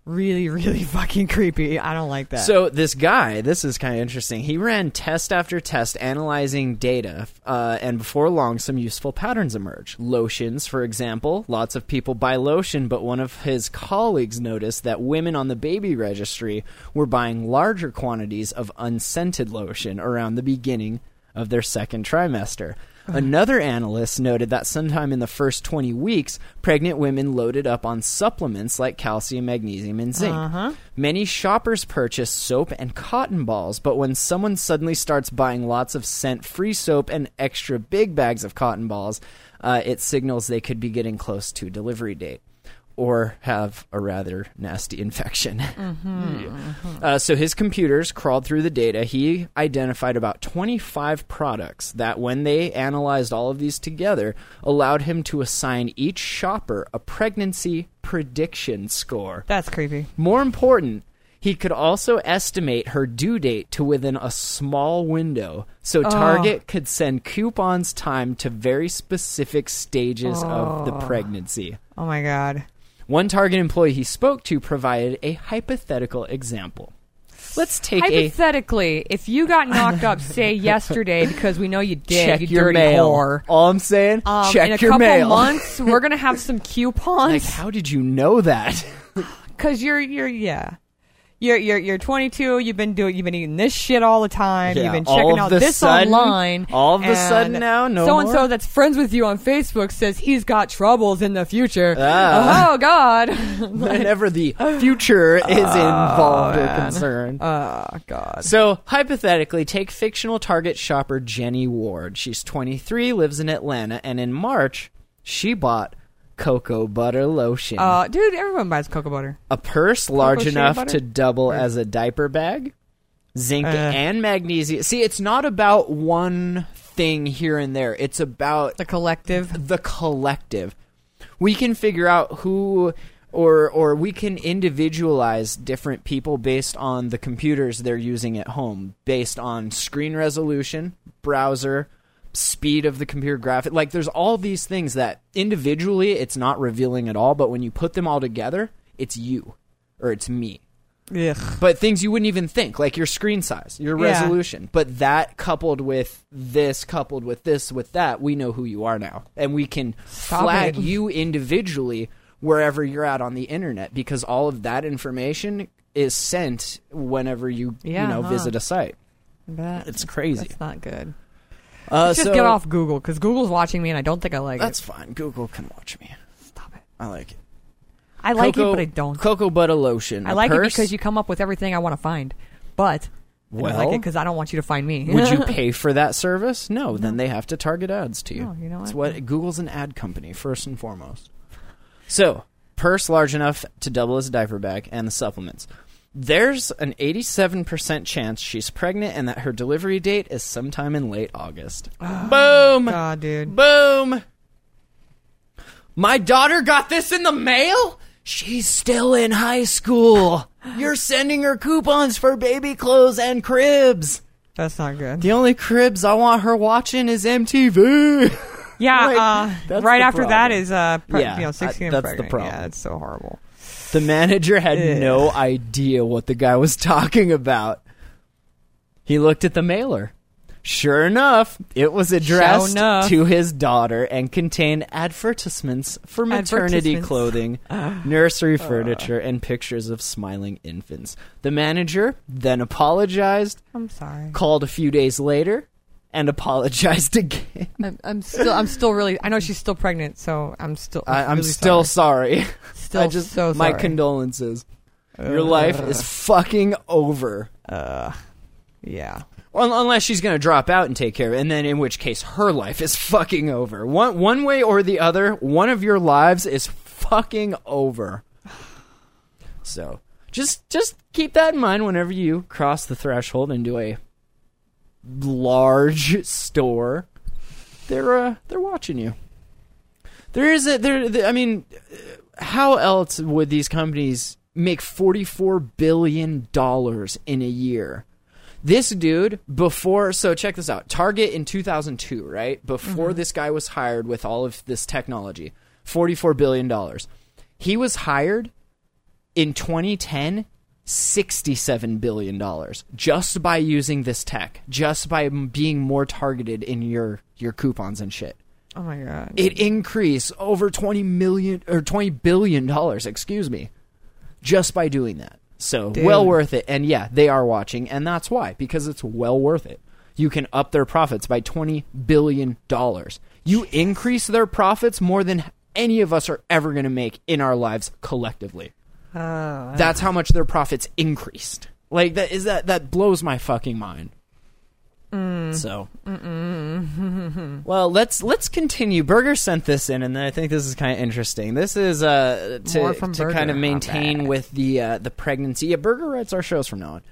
Speaker 2: Really, really fucking creepy. I don't like that.
Speaker 1: So this guy, this is kind of interesting. He ran test after test analyzing data, uh, and before long, some useful patterns emerge. Lotions, for example, lots of people buy lotion, but one of his colleagues noticed that women on the baby registry were buying larger quantities of unscented lotion around the beginning of their second trimester. Another analyst noted that sometime in the first 20 weeks, pregnant women loaded up on supplements like calcium, magnesium, and zinc. Many shoppers purchase soap and cotton balls, but when someone suddenly starts buying lots of scent free soap and extra big bags of cotton balls, uh, it signals they could be getting close to delivery date or have a rather nasty infection. Uh, so his computers crawled through the data. He identified about 25 products that, when they analyzed all of these together, allowed him to assign each shopper a pregnancy prediction score.
Speaker 2: That's creepy.
Speaker 1: More important, he could also estimate her due date to within a small window, so Target could send coupons timed to very specific stages of the pregnancy.
Speaker 2: Oh my god.
Speaker 1: One Target employee he spoke to provided a hypothetical example. Let's take a
Speaker 2: Hypothetically, if you got knocked up, say yesterday, because we know you did,
Speaker 1: check
Speaker 2: you
Speaker 1: your
Speaker 2: dirty
Speaker 1: mail.
Speaker 2: whore.
Speaker 1: All I'm saying,
Speaker 2: Um,
Speaker 1: check
Speaker 2: in a
Speaker 1: your
Speaker 2: couple
Speaker 1: mail.
Speaker 2: months, we're gonna have some
Speaker 1: Like,
Speaker 2: coupons
Speaker 1: how did you know that?
Speaker 2: because you're you're yeah. You're, you're you're 22. You've been doing. You've been eating this shit all the time.
Speaker 1: Yeah,
Speaker 2: you've been
Speaker 1: all
Speaker 2: checking
Speaker 1: of
Speaker 2: out
Speaker 1: the
Speaker 2: this
Speaker 1: sudden-
Speaker 2: online.
Speaker 1: all of the sudden now, no
Speaker 2: So and so
Speaker 1: more?
Speaker 2: that's friends with you on Facebook says he's got troubles in the future.
Speaker 1: Ah.
Speaker 2: Oh God.
Speaker 1: Whenever the future is involved or concerned.
Speaker 2: oh God.
Speaker 1: So, hypothetically, take fictional Target shopper Jenny Ward. She's 23, lives in Atlanta, and in March, she bought cocoa butter lotion.
Speaker 2: Uh, dude, everyone buys cocoa butter.
Speaker 1: a purse large
Speaker 2: shea
Speaker 1: enough
Speaker 2: butter? Uh.
Speaker 1: to double as a diaper bag, zinc and magnesium. See, it's not about one thing here and there, it's about
Speaker 2: The collective.
Speaker 1: the collective. We can figure out who or or we can individualize different people based on the computers they're using at home, based on screen resolution, browser, speed of the computer graphic. Like there's all these things that individually it's not revealing at all, but when you put them all together, it's you or it's me
Speaker 2: Ugh.
Speaker 1: but things you wouldn't even think, like your screen size, your
Speaker 2: Yeah.
Speaker 1: resolution. But that coupled with this, coupled with this, with that, we know who you are now. And we can flag
Speaker 2: it.
Speaker 1: you individually wherever you're at on the internet because all of that information is sent whenever you
Speaker 2: Yeah,
Speaker 1: you know
Speaker 2: huh.
Speaker 1: visit a site.
Speaker 2: That-
Speaker 1: It's crazy.
Speaker 2: That's not good.
Speaker 1: Uh,
Speaker 2: Let's just
Speaker 1: so-
Speaker 2: get off Google because Google's watching me, and I don't think I like
Speaker 1: That's fine. Google can watch me.
Speaker 2: it. Stop it.
Speaker 1: I like it.
Speaker 2: I like
Speaker 1: cocoa,
Speaker 2: it, but I don't.
Speaker 1: Cocoa butter lotion.
Speaker 2: I
Speaker 1: a
Speaker 2: like it
Speaker 1: purse?
Speaker 2: because you come up with everything I want to find, but I don't
Speaker 1: Well-
Speaker 2: like it because I don't want you to find me.
Speaker 1: Would you pay for that service? No, then they have to target ads to you.
Speaker 2: No, you know
Speaker 1: It's
Speaker 2: what?
Speaker 1: what Google's an ad company first and foremost. So, purse large enough to double as a diaper bag and the supplements. There's an 87% chance she's pregnant and that her delivery date is sometime in late August. Boom!
Speaker 2: Oh God, Ah, dude.
Speaker 1: Boom! My daughter got this in the mail? She's still in high school. You're sending her coupons for baby clothes and cribs.
Speaker 2: That's not good.
Speaker 1: The only cribs I want her watching is MTV.
Speaker 2: Yeah,
Speaker 1: Like,
Speaker 2: uh,
Speaker 1: that's
Speaker 2: right
Speaker 1: the
Speaker 2: after that
Speaker 1: problem.
Speaker 2: is uh, pre-
Speaker 1: Yeah,
Speaker 2: you know,
Speaker 1: I-
Speaker 2: 16 and
Speaker 1: that's the
Speaker 2: pregnant.
Speaker 1: problem.
Speaker 2: Yeah, it's so horrible.
Speaker 1: the manager had
Speaker 2: Ugh.
Speaker 1: no idea what the guy was talking about. He looked at the mailer. Sure enough, it was addressed
Speaker 2: enough.
Speaker 1: to his daughter and contained advertisements for maternity
Speaker 2: Advertisements.
Speaker 1: clothing, nursery furniture, and pictures of smiling infants. The manager then apologized,
Speaker 2: I'm sorry.
Speaker 1: called a few days later, and apologized again.
Speaker 2: I'm, I'm still, I'm still really. I know she's still pregnant, so I'm still.
Speaker 1: I, I'm
Speaker 2: really
Speaker 1: still
Speaker 2: sorry.
Speaker 1: sorry.
Speaker 2: Still
Speaker 1: I just
Speaker 2: so
Speaker 1: my
Speaker 2: sorry.
Speaker 1: condolences. Your life is fucking over.
Speaker 2: Yeah.
Speaker 1: Un- Unless she's going to drop out and take care of it, and then in which case her life is fucking over. One one way or the other, one of your lives is fucking over. So just just keep that in mind whenever you cross the threshold into a large store. They're uh, they're watching you. There is a there. th I mean, uh, how else would these companies make forty four billion dollars in a year? this dude before so check this out target in 2002 right before this guy was hired with all of this technology 44 billion dollars he was hired in 2010 67 billion dollars just by using this tech just by m- being more targeted in your your coupons and shit
Speaker 2: Oh my god.
Speaker 1: it increased over 20 million or 20 billion dollars excuse me just by doing that so well worth it and yeah they are watching and that's why because it's well worth it you can up their profits by 20 billion dollars you increase their profits more than any of us are ever going to make in our lives collectively
Speaker 2: Uh-huh.
Speaker 1: that's how much their profits increased like that is that that blows my fucking mind
Speaker 2: Mm.
Speaker 1: so well, let's let's continue. Burger sent this in, and I think this is kind of interesting. This is uh,
Speaker 2: More
Speaker 1: to
Speaker 2: from
Speaker 1: to
Speaker 2: Burger,
Speaker 1: kind of
Speaker 2: not
Speaker 1: maintain
Speaker 2: bad.
Speaker 1: with the uh, the pregnancy. Yeah, Burger writes our shows from now on.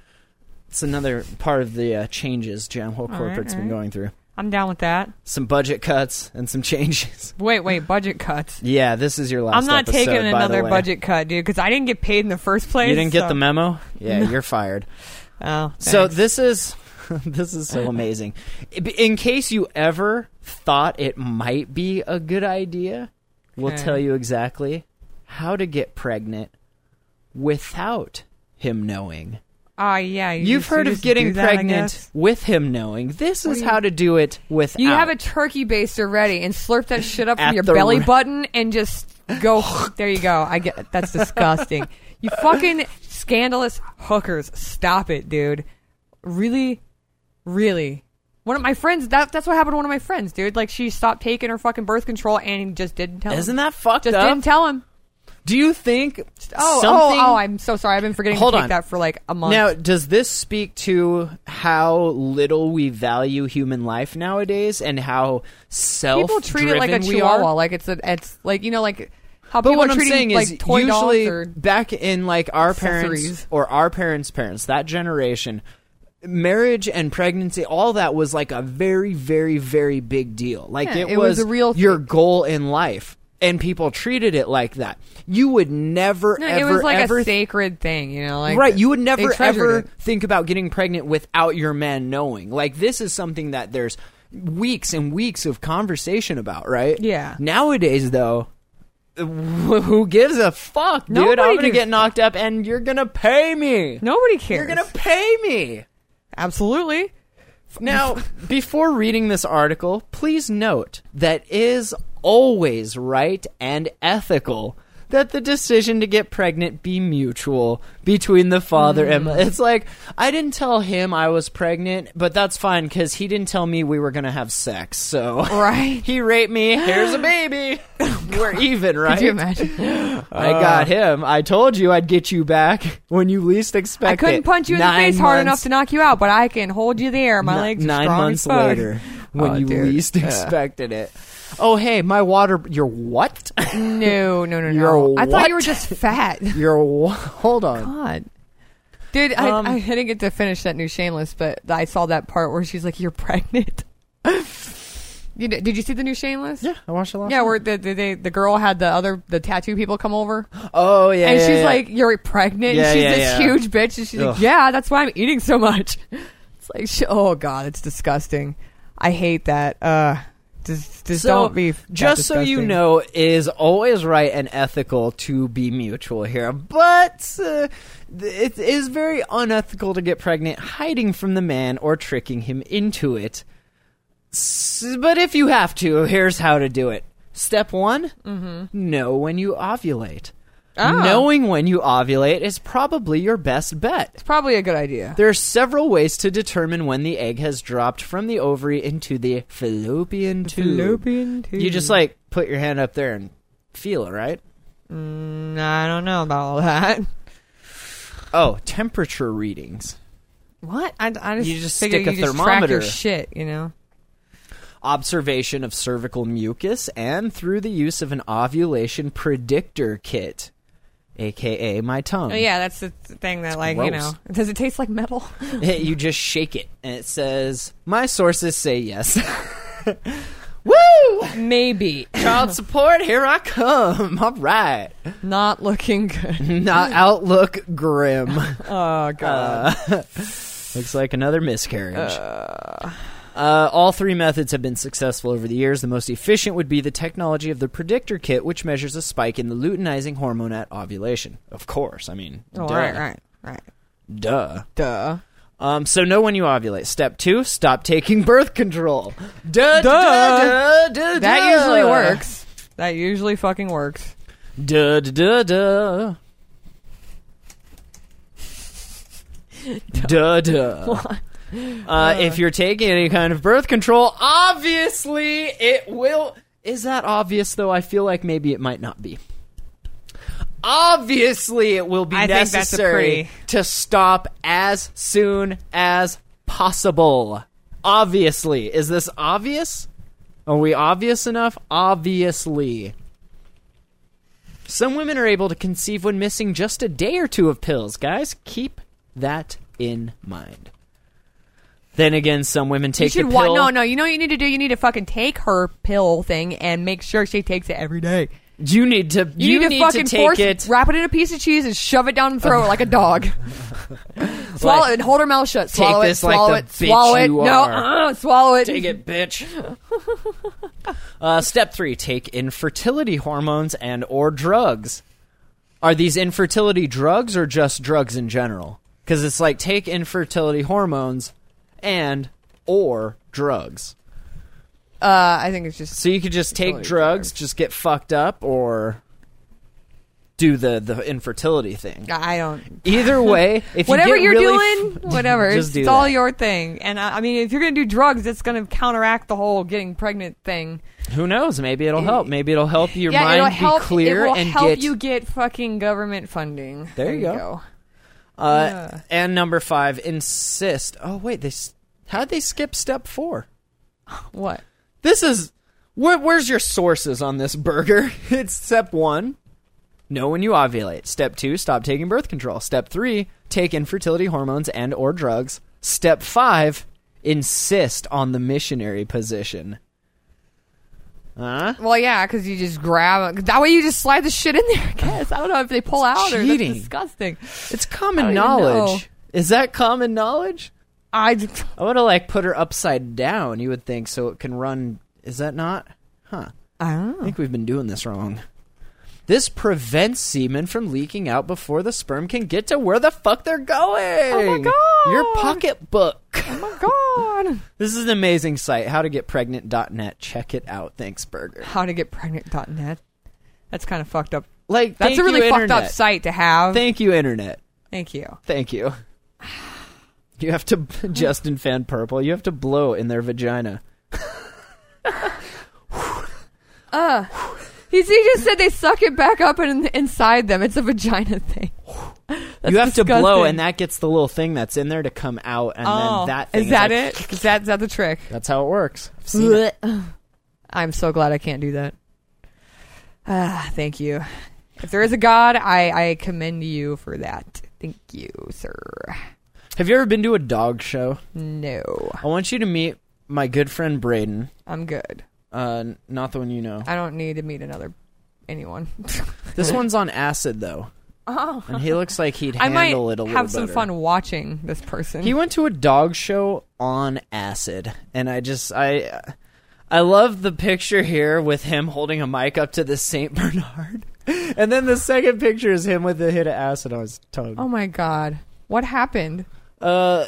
Speaker 1: It's another part of the uh, changes Jam whole corporate's been going through.
Speaker 2: I'm down with that.
Speaker 1: Some budget cuts and some changes.
Speaker 2: Wait, wait, budget cuts.
Speaker 1: Yeah, this is your last.
Speaker 2: I'm not
Speaker 1: episode,
Speaker 2: taking
Speaker 1: by the
Speaker 2: another
Speaker 1: way.
Speaker 2: budget cut, dude, because I didn't get paid in the first place.
Speaker 1: You didn't get
Speaker 2: so-
Speaker 1: the memo. Yeah, you're fired.
Speaker 2: Oh,
Speaker 1: So
Speaker 2: thanks.
Speaker 1: this is this is so amazing. In case you ever thought it might be a good idea, we'll
Speaker 2: Okay.
Speaker 1: tell you exactly how to get pregnant without him knowing.
Speaker 2: Ah, yeah. You
Speaker 1: You've
Speaker 2: just-
Speaker 1: heard
Speaker 2: you
Speaker 1: of
Speaker 2: just
Speaker 1: getting
Speaker 2: do that, I
Speaker 1: pregnant
Speaker 2: guess.
Speaker 1: with him knowing. This is how to do it without.
Speaker 2: You have a turkey baster ready and slurp that shit up
Speaker 1: At
Speaker 2: from your
Speaker 1: the
Speaker 2: belly
Speaker 1: re-
Speaker 2: button and just go. there you go. I get that's disgusting. You fucking scandalous hookers. Stop it, dude. Really, really. One of my friends. That that's what happened to one of my friends, dude. Like she stopped taking her fucking birth control and he just didn't tell.
Speaker 1: Isn't
Speaker 2: him.
Speaker 1: that fucked
Speaker 2: Just
Speaker 1: up?
Speaker 2: didn't tell him.
Speaker 1: do you think?
Speaker 2: Oh,
Speaker 1: something-
Speaker 2: oh, oh! I'm so sorry. I've been forgetting
Speaker 1: Hold
Speaker 2: to take
Speaker 1: on.
Speaker 2: that for like a month.
Speaker 1: Now, does this speak to how little we value human life nowadays, and how self
Speaker 2: people treat it like a
Speaker 1: we are?
Speaker 2: chihuahua, like it's a, it's like you know, like how
Speaker 1: But
Speaker 2: people
Speaker 1: what
Speaker 2: are
Speaker 1: I'm
Speaker 2: treating
Speaker 1: saying
Speaker 2: like
Speaker 1: is
Speaker 2: toy
Speaker 1: usually
Speaker 2: dolls or
Speaker 1: back in like our parents
Speaker 2: accessories.
Speaker 1: or our parents' parents, that generation, marriage and pregnancy, all that was like a very, very, very big deal. Like
Speaker 2: Yeah,
Speaker 1: it,
Speaker 2: it was a real
Speaker 1: your goal in life. And people treated it like that. You would never
Speaker 2: No,
Speaker 1: ever
Speaker 2: it was like
Speaker 1: ever
Speaker 2: a sacred thing, you know, like
Speaker 1: right you would
Speaker 2: they
Speaker 1: never
Speaker 2: treasured
Speaker 1: ever
Speaker 2: it.
Speaker 1: think about getting pregnant without your man knowing like this is something that there's weeks and weeks of conversation about right
Speaker 2: Yeah.
Speaker 1: nowadays though wh- who gives a fuck dude
Speaker 2: Nobody
Speaker 1: i'm gonna
Speaker 2: gives-
Speaker 1: get knocked up and you're gonna pay me
Speaker 2: Nobody cares.
Speaker 1: you're gonna pay me
Speaker 2: Absolutely.
Speaker 1: now, before reading this article, please note that is always right and ethical that the decision to get pregnant be mutual between the father and
Speaker 2: Mm.
Speaker 1: it's like I didn't tell him I was pregnant, but that's fine cuz he didn't tell me we were going to have sex. So
Speaker 2: Right. Oh,
Speaker 1: he raped me. Here's a baby. we're even, right?
Speaker 2: Could you imagine? Ah.
Speaker 1: I got him. I told you I'd get you back when you least expect
Speaker 2: I couldn't
Speaker 1: it.
Speaker 2: punch you in the
Speaker 1: Nine
Speaker 2: face
Speaker 1: months
Speaker 2: hard enough to knock you out, but I can hold you there. My
Speaker 1: Ni-
Speaker 2: legs are
Speaker 1: nine
Speaker 2: strong
Speaker 1: months
Speaker 2: as fuck.
Speaker 1: later when
Speaker 2: Oh,
Speaker 1: you
Speaker 2: dude.
Speaker 1: least
Speaker 2: Yeah.
Speaker 1: expected it. Oh hey, my water. You're what?
Speaker 2: No, no, no, no.
Speaker 1: You're
Speaker 2: I thought you were
Speaker 1: what?
Speaker 2: just fat.
Speaker 1: You're wha- hold on.
Speaker 2: God. Dude,
Speaker 1: Um,
Speaker 2: I, I didn't get to finish that new Shameless, but I saw that part where she's like, "You're pregnant." you, did did you see the new Shameless?
Speaker 1: I watched it last.
Speaker 2: Yeah, where the, the, the, the girl had the other the tattoo people come over,
Speaker 1: Oh yeah.
Speaker 2: and
Speaker 1: yeah,
Speaker 2: she's
Speaker 1: yeah.
Speaker 2: like, "You're pregnant."
Speaker 1: Yeah,
Speaker 2: and she's
Speaker 1: yeah,
Speaker 2: this
Speaker 1: yeah.
Speaker 2: huge bitch, and she's
Speaker 1: Ugh.
Speaker 2: like, "Yeah, that's why I'm eating so much." It's like, sh- oh god, it's disgusting. I hate that. Uh, just, just
Speaker 1: So,
Speaker 2: don't be. that
Speaker 1: just so you
Speaker 2: disgusting.
Speaker 1: know, it is always right and ethical to be mutual here, but uh, th- it is very unethical to get pregnant hiding from the man or tricking him into it. S- but if you have to, here's how to do it. Step one:
Speaker 2: Mm-hmm.
Speaker 1: know when you ovulate.
Speaker 2: Ah.
Speaker 1: Knowing when you ovulate is probably your best bet.
Speaker 2: it's probably a good idea.
Speaker 1: There are several ways to determine when the egg has dropped from the ovary into the fallopian tube.
Speaker 2: fallopian tube.
Speaker 1: You just like put your hand up there and feel it, right?
Speaker 2: I don't know about all that.
Speaker 1: Oh, temperature readings.
Speaker 2: What? I, I just
Speaker 1: You just
Speaker 2: figure
Speaker 1: stick a
Speaker 2: you just track
Speaker 1: thermometer. Mm.
Speaker 2: your shit, you know.
Speaker 1: Observation of cervical mucus and through the use of an ovulation predictor kit, aka my tongue.
Speaker 2: Oh, yeah, that's the th- thing that, like, you
Speaker 1: gross.
Speaker 2: know, does it taste like metal?
Speaker 1: you just shake it and it says, "My sources say yes." Woo!
Speaker 2: Maybe.
Speaker 1: Child support, here I come. All right.
Speaker 2: Not looking good.
Speaker 1: Not outlook grim.
Speaker 2: Oh god.
Speaker 1: Looks like another miscarriage. Uh, all three methods have been successful over the years. The most efficient would be the technology of the predictor kit, which measures a spike in the luteinizing hormone at ovulation. Of course, I mean,
Speaker 2: Oh,
Speaker 1: Uh, duh.
Speaker 2: right, right, right.
Speaker 1: duh.
Speaker 2: Duh.
Speaker 1: Um, so know when you ovulate. Step two: stop taking birth control. Duh, duh,
Speaker 2: Duh.
Speaker 1: duh, duh,
Speaker 2: That
Speaker 1: duh.
Speaker 2: usually works. That usually fucking works.
Speaker 1: Duh, duh, duh, duh. Duh, duh. Uh, if you're taking any kind of birth control, obviously it will. Is that obvious though? I feel like maybe it might not be. Obviously, it will be
Speaker 2: I think that's a
Speaker 1: necessary
Speaker 2: pretty-
Speaker 1: to stop as soon as possible. Obviously, is this obvious? Are we obvious enough? Obviously. Some women are able to conceive when missing just a day or two of pills. Guys, keep that in mind. Then again, some women
Speaker 2: You
Speaker 1: take
Speaker 2: should
Speaker 1: the
Speaker 2: wa-
Speaker 1: pill.
Speaker 2: no, no. You know what you need to do? You need to fucking take her pill thing and make sure she takes it every day.
Speaker 1: You need to. You,
Speaker 2: need to fucking
Speaker 1: take
Speaker 2: force
Speaker 1: it.
Speaker 2: wrap it in a piece of cheese and shove it down the throat like a dog. swallow
Speaker 1: Like,
Speaker 2: it. Hold her mouth shut. Swallow it.
Speaker 1: this like
Speaker 2: swallow
Speaker 1: the
Speaker 2: it.
Speaker 1: bitch
Speaker 2: Swallow it.
Speaker 1: you
Speaker 2: no.
Speaker 1: are.
Speaker 2: uh, swallow it.
Speaker 1: Take it, bitch. uh, step three: take infertility hormones and or drugs. Are these infertility drugs or just drugs in general? Because it's like take infertility hormones and or drugs.
Speaker 2: Uh, I think it's just
Speaker 1: So you could just take
Speaker 2: Infertility
Speaker 1: drugs, just get fucked up, or do the the infertility thing.
Speaker 2: I don't.
Speaker 1: Either way, if
Speaker 2: Whatever
Speaker 1: you
Speaker 2: you're
Speaker 1: get really
Speaker 2: doing, whatever.
Speaker 1: Just
Speaker 2: it's
Speaker 1: do
Speaker 2: it's all
Speaker 1: that.
Speaker 2: your thing. And uh, I, I mean, if you're gonna do drugs, it's gonna counteract the whole getting pregnant thing.
Speaker 1: Who knows? Maybe it'll help. Maybe it'll help your
Speaker 2: yeah,
Speaker 1: mind
Speaker 2: it'll
Speaker 1: be
Speaker 2: help.
Speaker 1: clear
Speaker 2: it will
Speaker 1: and
Speaker 2: help
Speaker 1: get.
Speaker 2: you get fucking government funding.
Speaker 1: There you go. uh, And number five, insist. Oh wait, they s- how'd they skip step four?
Speaker 2: What?
Speaker 1: This is where, where's your sources on this burger? It's step one. Know when you ovulate. Step two, stop taking birth control. Step three, take infertility hormones and or drugs. Step five, insist on the missionary position. Huh?
Speaker 2: Well, yeah, because you just grab it. That way, you just slide the shit in there. I guess I don't know if they pull out or
Speaker 1: cheating.
Speaker 2: that's disgusting.
Speaker 1: It's
Speaker 2: I
Speaker 1: common
Speaker 2: don't even
Speaker 1: knowledge. Is that common knowledge?
Speaker 2: I
Speaker 1: I would have like put her upside down. You would think so it can run. Is that not? Huh.
Speaker 2: I don't
Speaker 1: I
Speaker 2: know.
Speaker 1: think we've been doing this wrong. This prevents semen from leaking out before the sperm can get to where the fuck they're going.
Speaker 2: Oh my God.
Speaker 1: Your pocketbook.
Speaker 2: Oh my god!
Speaker 1: This is an amazing site. Howtogetpregnant.net. Check it out. Thanks, Burger.
Speaker 2: How to get pregnant.net. That's kind of fucked up.
Speaker 1: Like
Speaker 2: That's
Speaker 1: thank
Speaker 2: a really
Speaker 1: you,
Speaker 2: fucked up
Speaker 1: Internet.
Speaker 2: site to have.
Speaker 1: Thank you, internet.
Speaker 2: Thank you.
Speaker 1: Thank you. You have to Justin Fan Purple. You have to blow in their vagina.
Speaker 2: He's, he just said they suck it back up and inside them. It's a vagina thing.
Speaker 1: you have to blow,
Speaker 2: disgusting. Oh,
Speaker 1: and that gets the little thing that's in there to come out, and then that thing
Speaker 2: is that
Speaker 1: like-
Speaker 2: it? Is that, is that the trick?
Speaker 1: That's how it works. I've seen it.
Speaker 2: I'm so glad I can't do that. Ah, thank you. If there is a God, I, I commend you for that. Thank you, sir.
Speaker 1: Have you ever been to a dog show?
Speaker 2: No,
Speaker 1: I want you to meet my good friend Braden.
Speaker 2: I'm good.
Speaker 1: Uh, n- not the one you know.
Speaker 2: I don't need to meet another anyone.
Speaker 1: This one's on acid though,
Speaker 2: oh,
Speaker 1: and he looks like he'd
Speaker 2: I might
Speaker 1: handle it a little
Speaker 2: have some
Speaker 1: better.
Speaker 2: fun watching this person.
Speaker 1: He went to a dog show on acid, and I just I I love the picture here with him holding a mic up to the Saint Bernard, and then the second picture is him with a hit of acid on his tongue.
Speaker 2: oh my God, what happened?
Speaker 1: Uh,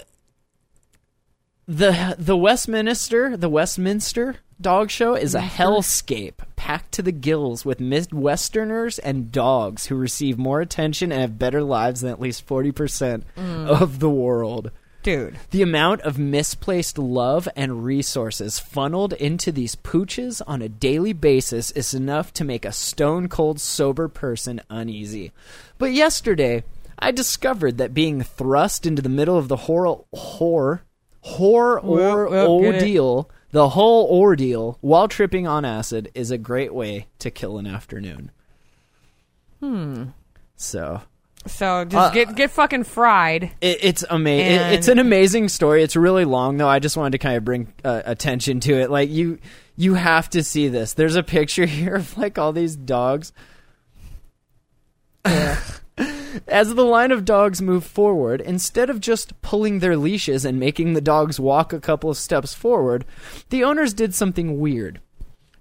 Speaker 1: the the Westminster the Westminster dog show is a hellscape packed to the gills with Midwesterners and dogs who receive more attention and have better lives than at least forty percent of the world.
Speaker 2: Dude,
Speaker 1: The amount of misplaced love and resources funneled into these pooches on a daily basis is enough to make a stone cold sober person uneasy. But yesterday, I discovered that being thrust into the middle of the horror, horror, horror
Speaker 2: Well, well, get it.
Speaker 1: ordeal, the whole ordeal, while tripping on acid, is a great way to kill an afternoon. Hmm.
Speaker 2: Hmm.
Speaker 1: So
Speaker 2: So just
Speaker 1: Uh,
Speaker 2: get get fucking fried.
Speaker 1: it, it's amazing.
Speaker 2: And-
Speaker 1: it's an amazing story. It's really long though. I just wanted to kind of bring uh, attention to it. Like you, you have to see this. There's a picture here of like all these dogs. As the line of dogs move forward, instead of just pulling their leashes and making the dogs walk a couple of steps forward, the owners did something weird.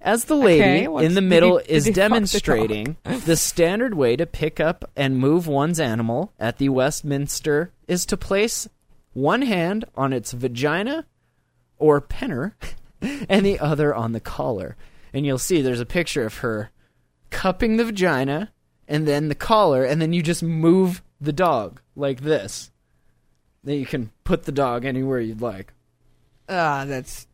Speaker 1: As the lady
Speaker 2: Okay, what's-
Speaker 1: in the
Speaker 2: did
Speaker 1: middle
Speaker 2: he- did
Speaker 1: is
Speaker 2: he fuck the dog?
Speaker 1: demonstrating the standard way to pick up and move one's animal at the Westminster is to place one hand on its vagina or penner and the other on the collar. And you'll see there's a picture of her cupping the vagina and then the collar, and then you just move the dog like this. Then you can put the dog anywhere you'd like. uh,
Speaker 2: Ah, that's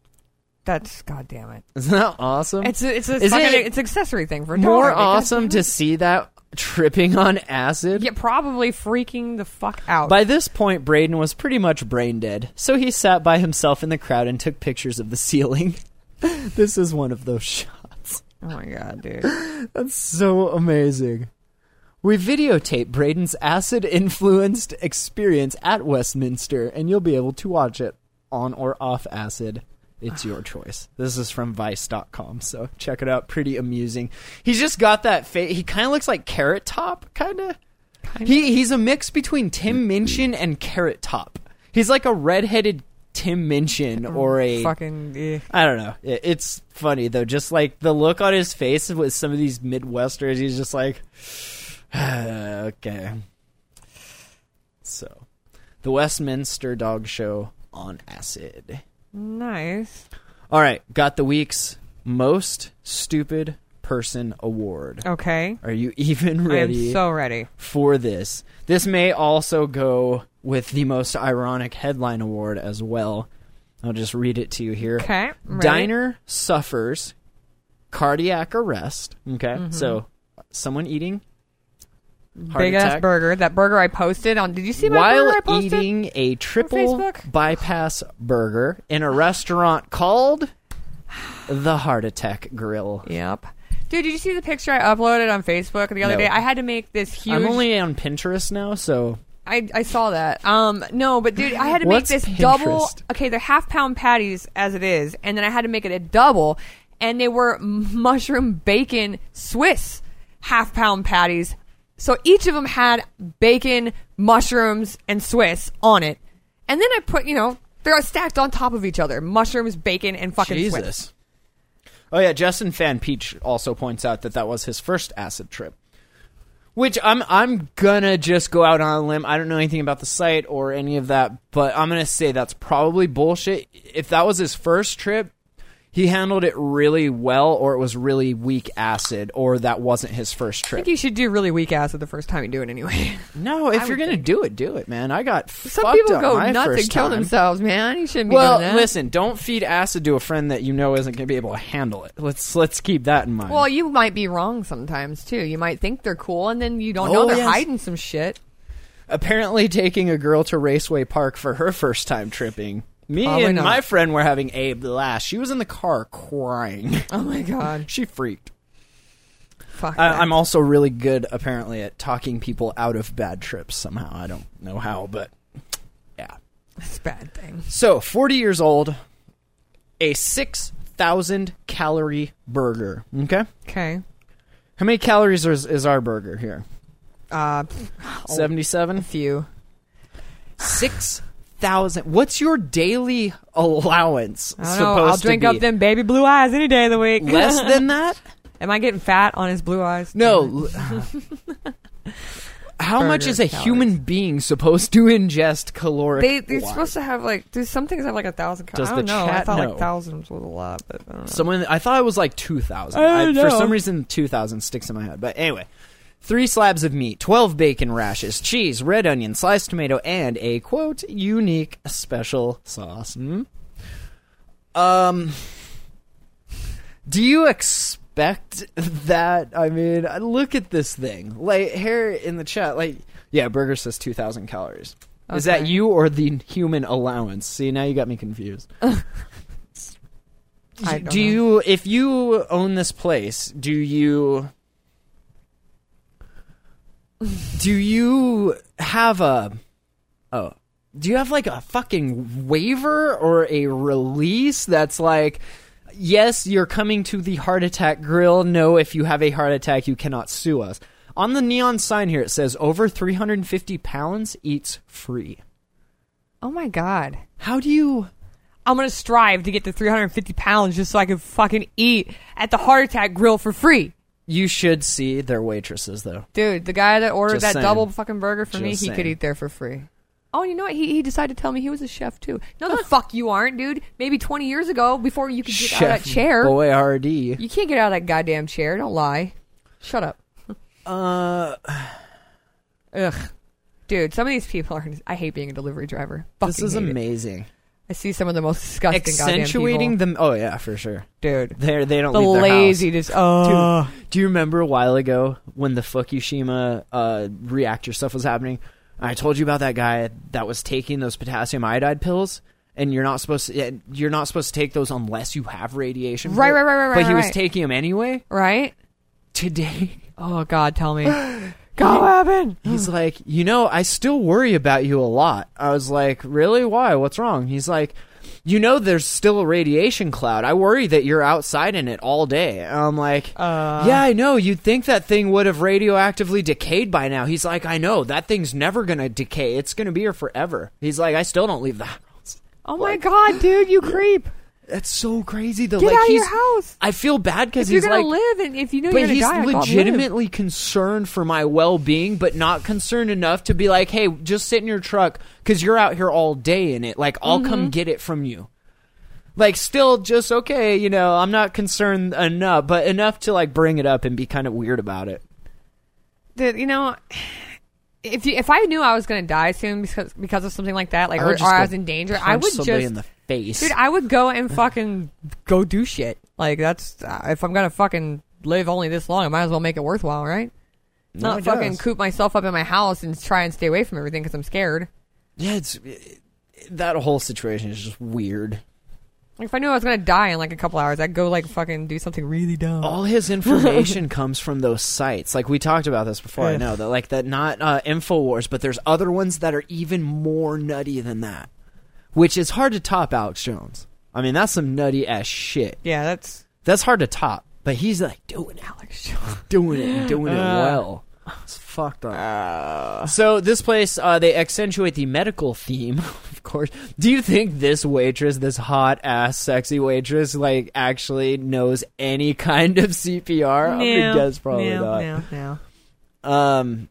Speaker 2: that's goddamn it.
Speaker 1: Isn't that awesome?
Speaker 2: It's a, it's a
Speaker 1: Is
Speaker 2: fucking,
Speaker 1: it
Speaker 2: it's an accessory thing for a
Speaker 1: more
Speaker 2: dog. Like,
Speaker 1: awesome to see that tripping on acid?
Speaker 2: Yeah, probably freaking the fuck out.
Speaker 1: By this point, Braden was pretty much brain dead, so he sat by himself in the crowd and took pictures of the ceiling. this is one of those shots.
Speaker 2: oh my god, dude.
Speaker 1: So amazing. We videotaped Braden's acid influenced experience at Westminster, and you'll be able to watch it on or off acid. It's your choice. This is from Vice.com, so check it out. Pretty amusing. He's just got that face. He kind of looks like Carrot Top, kind of. He he's a mix between Tim Minchin and Carrot Top. He's like a redheaded Tim Minchin or a
Speaker 2: fucking eh.
Speaker 1: I don't know. It, it's funny though. Just like the look on his face with some of these Midwesters, he's just like, okay. So, the Westminster Dog Show on acid.
Speaker 2: nice.
Speaker 1: All right, got the week's most stupid person award.
Speaker 2: Okay,
Speaker 1: Are you even
Speaker 2: Oh. I am
Speaker 1: ready?
Speaker 2: so ready.
Speaker 1: for this. This may also go with the most ironic headline award as well. I'll just read it to you here.
Speaker 2: Okay, I'm ready.
Speaker 1: Diner suffers cardiac arrest. Okay.
Speaker 2: Mm-hmm.
Speaker 1: So someone eating heart
Speaker 2: Big
Speaker 1: attack
Speaker 2: ass burger. That burger I posted on. Did you see my burger I
Speaker 1: while
Speaker 2: posted?
Speaker 1: eating a triple
Speaker 2: Facebook?
Speaker 1: bypass burger in a restaurant called the Heart Attack Grill.
Speaker 2: Yep. Dude, did you see the picture I uploaded on Facebook the other
Speaker 1: No.
Speaker 2: day? I had to make this huge.
Speaker 1: I'm only on Pinterest now, so
Speaker 2: I, I saw that. Um, no, but dude, I had to
Speaker 1: What's
Speaker 2: make this double.
Speaker 1: Pinterest?
Speaker 2: Okay, they're half pound patties as it is, and then I had to make it a double, and they were m- mushroom bacon Swiss half pound patties. So each of them had bacon, mushrooms, and Swiss on it, and then I put you know they're stacked on top of each other: mushrooms, bacon, and fucking Swiss.
Speaker 1: Jesus. Oh yeah, Justin Fan Peach also points out that that was his first acid trip. Which I'm I'm gonna just go out on a limb. I don't know anything about the site or any of that, but I'm gonna say that's probably bullshit. If that was his first trip, he handled it really well, or it was really weak acid, or that wasn't his first
Speaker 2: I
Speaker 1: trip.
Speaker 2: think you should do really weak acid the first time you do it anyway.
Speaker 1: no, if
Speaker 2: I
Speaker 1: you're
Speaker 2: would
Speaker 1: gonna
Speaker 2: think.
Speaker 1: do it, do it, man. I got
Speaker 2: Some
Speaker 1: fucked
Speaker 2: people
Speaker 1: up
Speaker 2: go
Speaker 1: my
Speaker 2: nuts
Speaker 1: first
Speaker 2: and kill
Speaker 1: time.
Speaker 2: themselves, man. You shouldn't be doing
Speaker 1: Well,
Speaker 2: that.
Speaker 1: listen, don't feed acid to a friend that you know isn't gonna be able to handle it. Let's let's keep that in mind.
Speaker 2: Well, you might be wrong sometimes too. You might think they're cool, and then you don't know
Speaker 1: Oh,
Speaker 2: they're
Speaker 1: yes.
Speaker 2: hiding some shit.
Speaker 1: apparently taking a girl to Raceway Park for her first time tripping. Me
Speaker 2: Probably
Speaker 1: and
Speaker 2: not.
Speaker 1: my friend were having a blast. She was in the car crying.
Speaker 2: Oh my god,
Speaker 1: she freaked.
Speaker 2: fuck!
Speaker 1: I,
Speaker 2: that.
Speaker 1: I'm also really good, apparently, at talking people out of bad trips somehow. I don't know how, but yeah.
Speaker 2: It's a bad thing.
Speaker 1: So, 40 years old, a 6,000 calorie burger. Okay?
Speaker 2: Okay,
Speaker 1: How many calories is, is our burger here?
Speaker 2: uh,
Speaker 1: 77?
Speaker 2: few.
Speaker 1: six thousand. What's your daily allowance
Speaker 2: I don't
Speaker 1: supposed
Speaker 2: know. I'll
Speaker 1: to
Speaker 2: drink
Speaker 1: be?
Speaker 2: up them baby blue eyes any day of the week.
Speaker 1: Less than that?
Speaker 2: Am I getting fat on his blue eyes?
Speaker 1: No. How much
Speaker 2: Burger
Speaker 1: is a
Speaker 2: calories.
Speaker 1: human being supposed to ingest caloric?
Speaker 2: They, they're supposed to have like, do some things have like a thousand. Cal-
Speaker 1: Does
Speaker 2: I don't
Speaker 1: the
Speaker 2: know. I
Speaker 1: chat
Speaker 2: thought
Speaker 1: know?
Speaker 2: like thousands was a lot, but I don't know.
Speaker 1: Someone I thought it was like two thousand.
Speaker 2: I don't
Speaker 1: For
Speaker 2: know.
Speaker 1: some reason, two thousand sticks in my head. But anyway, three slabs of meat, twelve bacon rashes, cheese, red onion, sliced tomato, and a quote unique special sauce. Hmm? Um, do you uh, expect that? I mean, look at this thing. Like here in the chat, like Yeah, burger says 2,000 calories. Is
Speaker 2: Okay.
Speaker 1: that you or the human allowance? See, now you got me confused.
Speaker 2: I
Speaker 1: do
Speaker 2: don't know.
Speaker 1: you, if you own this place, do you. Do you have a. Oh. Do you have like a fucking waiver or a release that's like. Yes, you're coming to the heart attack grill. No, if you have a heart attack, you cannot sue us. On the neon sign here, it says over 350 pounds eats free.
Speaker 2: Oh my god.
Speaker 1: How do you.
Speaker 2: I'm gonna strive to get to 350 pounds just so I can fucking eat at the heart attack grill for free.
Speaker 1: You should see their waitresses, though.
Speaker 2: Dude, the guy that ordered
Speaker 1: Just
Speaker 2: that
Speaker 1: saying.
Speaker 2: double fucking burger for me,
Speaker 1: Just
Speaker 2: he could
Speaker 1: saying.
Speaker 2: eat there for free. Oh, you know what? He, he decided to tell me he was a chef too. No, the fuck you aren't, dude. Maybe 20 years ago, before you could get
Speaker 1: uh,
Speaker 2: out of that chair,
Speaker 1: Boyardee.
Speaker 2: you can't get out of that goddamn chair. Don't lie. Shut up.
Speaker 1: Uh,
Speaker 2: Ugh, dude. Some of these people are. I hate being a delivery driver. Fucking
Speaker 1: this is
Speaker 2: hate it.
Speaker 1: amazing.
Speaker 2: I see some of the most disgusting
Speaker 1: Accentuating
Speaker 2: goddamn
Speaker 1: them. Oh yeah, for sure.
Speaker 2: people. dude.
Speaker 1: They they don't
Speaker 2: The
Speaker 1: leave their house.
Speaker 2: laziness. Oh,
Speaker 1: Do you remember a while ago when the Fukushima uh, reactor stuff was happening? I told you about that guy that was taking those potassium iodide pills, and you're not supposed to. You're not supposed to take those unless you have radiation.
Speaker 2: Right,
Speaker 1: poisoning.
Speaker 2: right, right, right,
Speaker 1: But
Speaker 2: right,
Speaker 1: he was
Speaker 2: right.
Speaker 1: taking them anyway.
Speaker 2: right.
Speaker 1: Today,
Speaker 2: Oh God, tell me. God, what happened?
Speaker 1: He's like, you know, I still worry about you a lot. I was like, really? Why? What's wrong? He's like, you know, there's still a radiation cloud. I worry that you're outside in it all day. And I'm like,
Speaker 2: Uh.
Speaker 1: yeah, I know. You'd think that thing would have radioactively decayed by now. He's like, I know. That thing's never going to decay. It's going to be here forever. He's like, I still don't leave the house.
Speaker 2: Oh my God, dude, you creep.
Speaker 1: That's so crazy, though.
Speaker 2: Get
Speaker 1: like,
Speaker 2: out of your
Speaker 1: he's-
Speaker 2: house.
Speaker 1: I feel bad because
Speaker 2: If you're
Speaker 1: he's
Speaker 2: gonna
Speaker 1: like,
Speaker 2: live, and if you know you're
Speaker 1: but
Speaker 2: gonna
Speaker 1: he's
Speaker 2: die, God, live.
Speaker 1: legitimately concerned for my well-being but not concerned enough to be like hey just sit in your truck because you're out here all day in it like i'll
Speaker 2: Mm-hmm.
Speaker 1: come get it from you like still just okay you know i'm not concerned enough but enough to like bring it up and be kind of weird about it
Speaker 2: Dude, you know, if you, if I knew I was gonna die soon because because of something like that, like
Speaker 1: I
Speaker 2: or,
Speaker 1: would just
Speaker 2: or I
Speaker 1: go
Speaker 2: was in danger, I
Speaker 1: punch
Speaker 2: would
Speaker 1: somebody
Speaker 2: just
Speaker 1: in the face
Speaker 2: dude, I would go and fucking go do shit. Like that's uh, if I'm gonna fucking live only this long, I might as well make it worthwhile, right? Not
Speaker 1: it
Speaker 2: fucking
Speaker 1: does.
Speaker 2: coop myself up in my house and try and stay away from everything because I'm scared.
Speaker 1: yeah it's it- that whole situation is just weird
Speaker 2: Like, if I knew I was gonna die in like a couple hours, I'd go like fucking do something really dumb.
Speaker 1: all his information comes from those sites. Like we talked about this before. I
Speaker 2: Ugh.
Speaker 1: know that, like that, not uh, Infowars, but there's other ones that are even more nutty than that, which is hard to top. Alex Jones. I mean, that's some nutty ass shit.
Speaker 2: Yeah, that's
Speaker 1: That's hard to top. But he's like doing it, Alex Jones, doing it, and doing it well. Uh, It's fucked up. so this place, uh, they accentuate the medical theme, of course. Do you think this waitress, this hot ass, sexy waitress, like actually knows any kind of CPR? I
Speaker 2: no,
Speaker 1: would guess probably
Speaker 2: no,
Speaker 1: not.
Speaker 2: No, no.
Speaker 1: Um,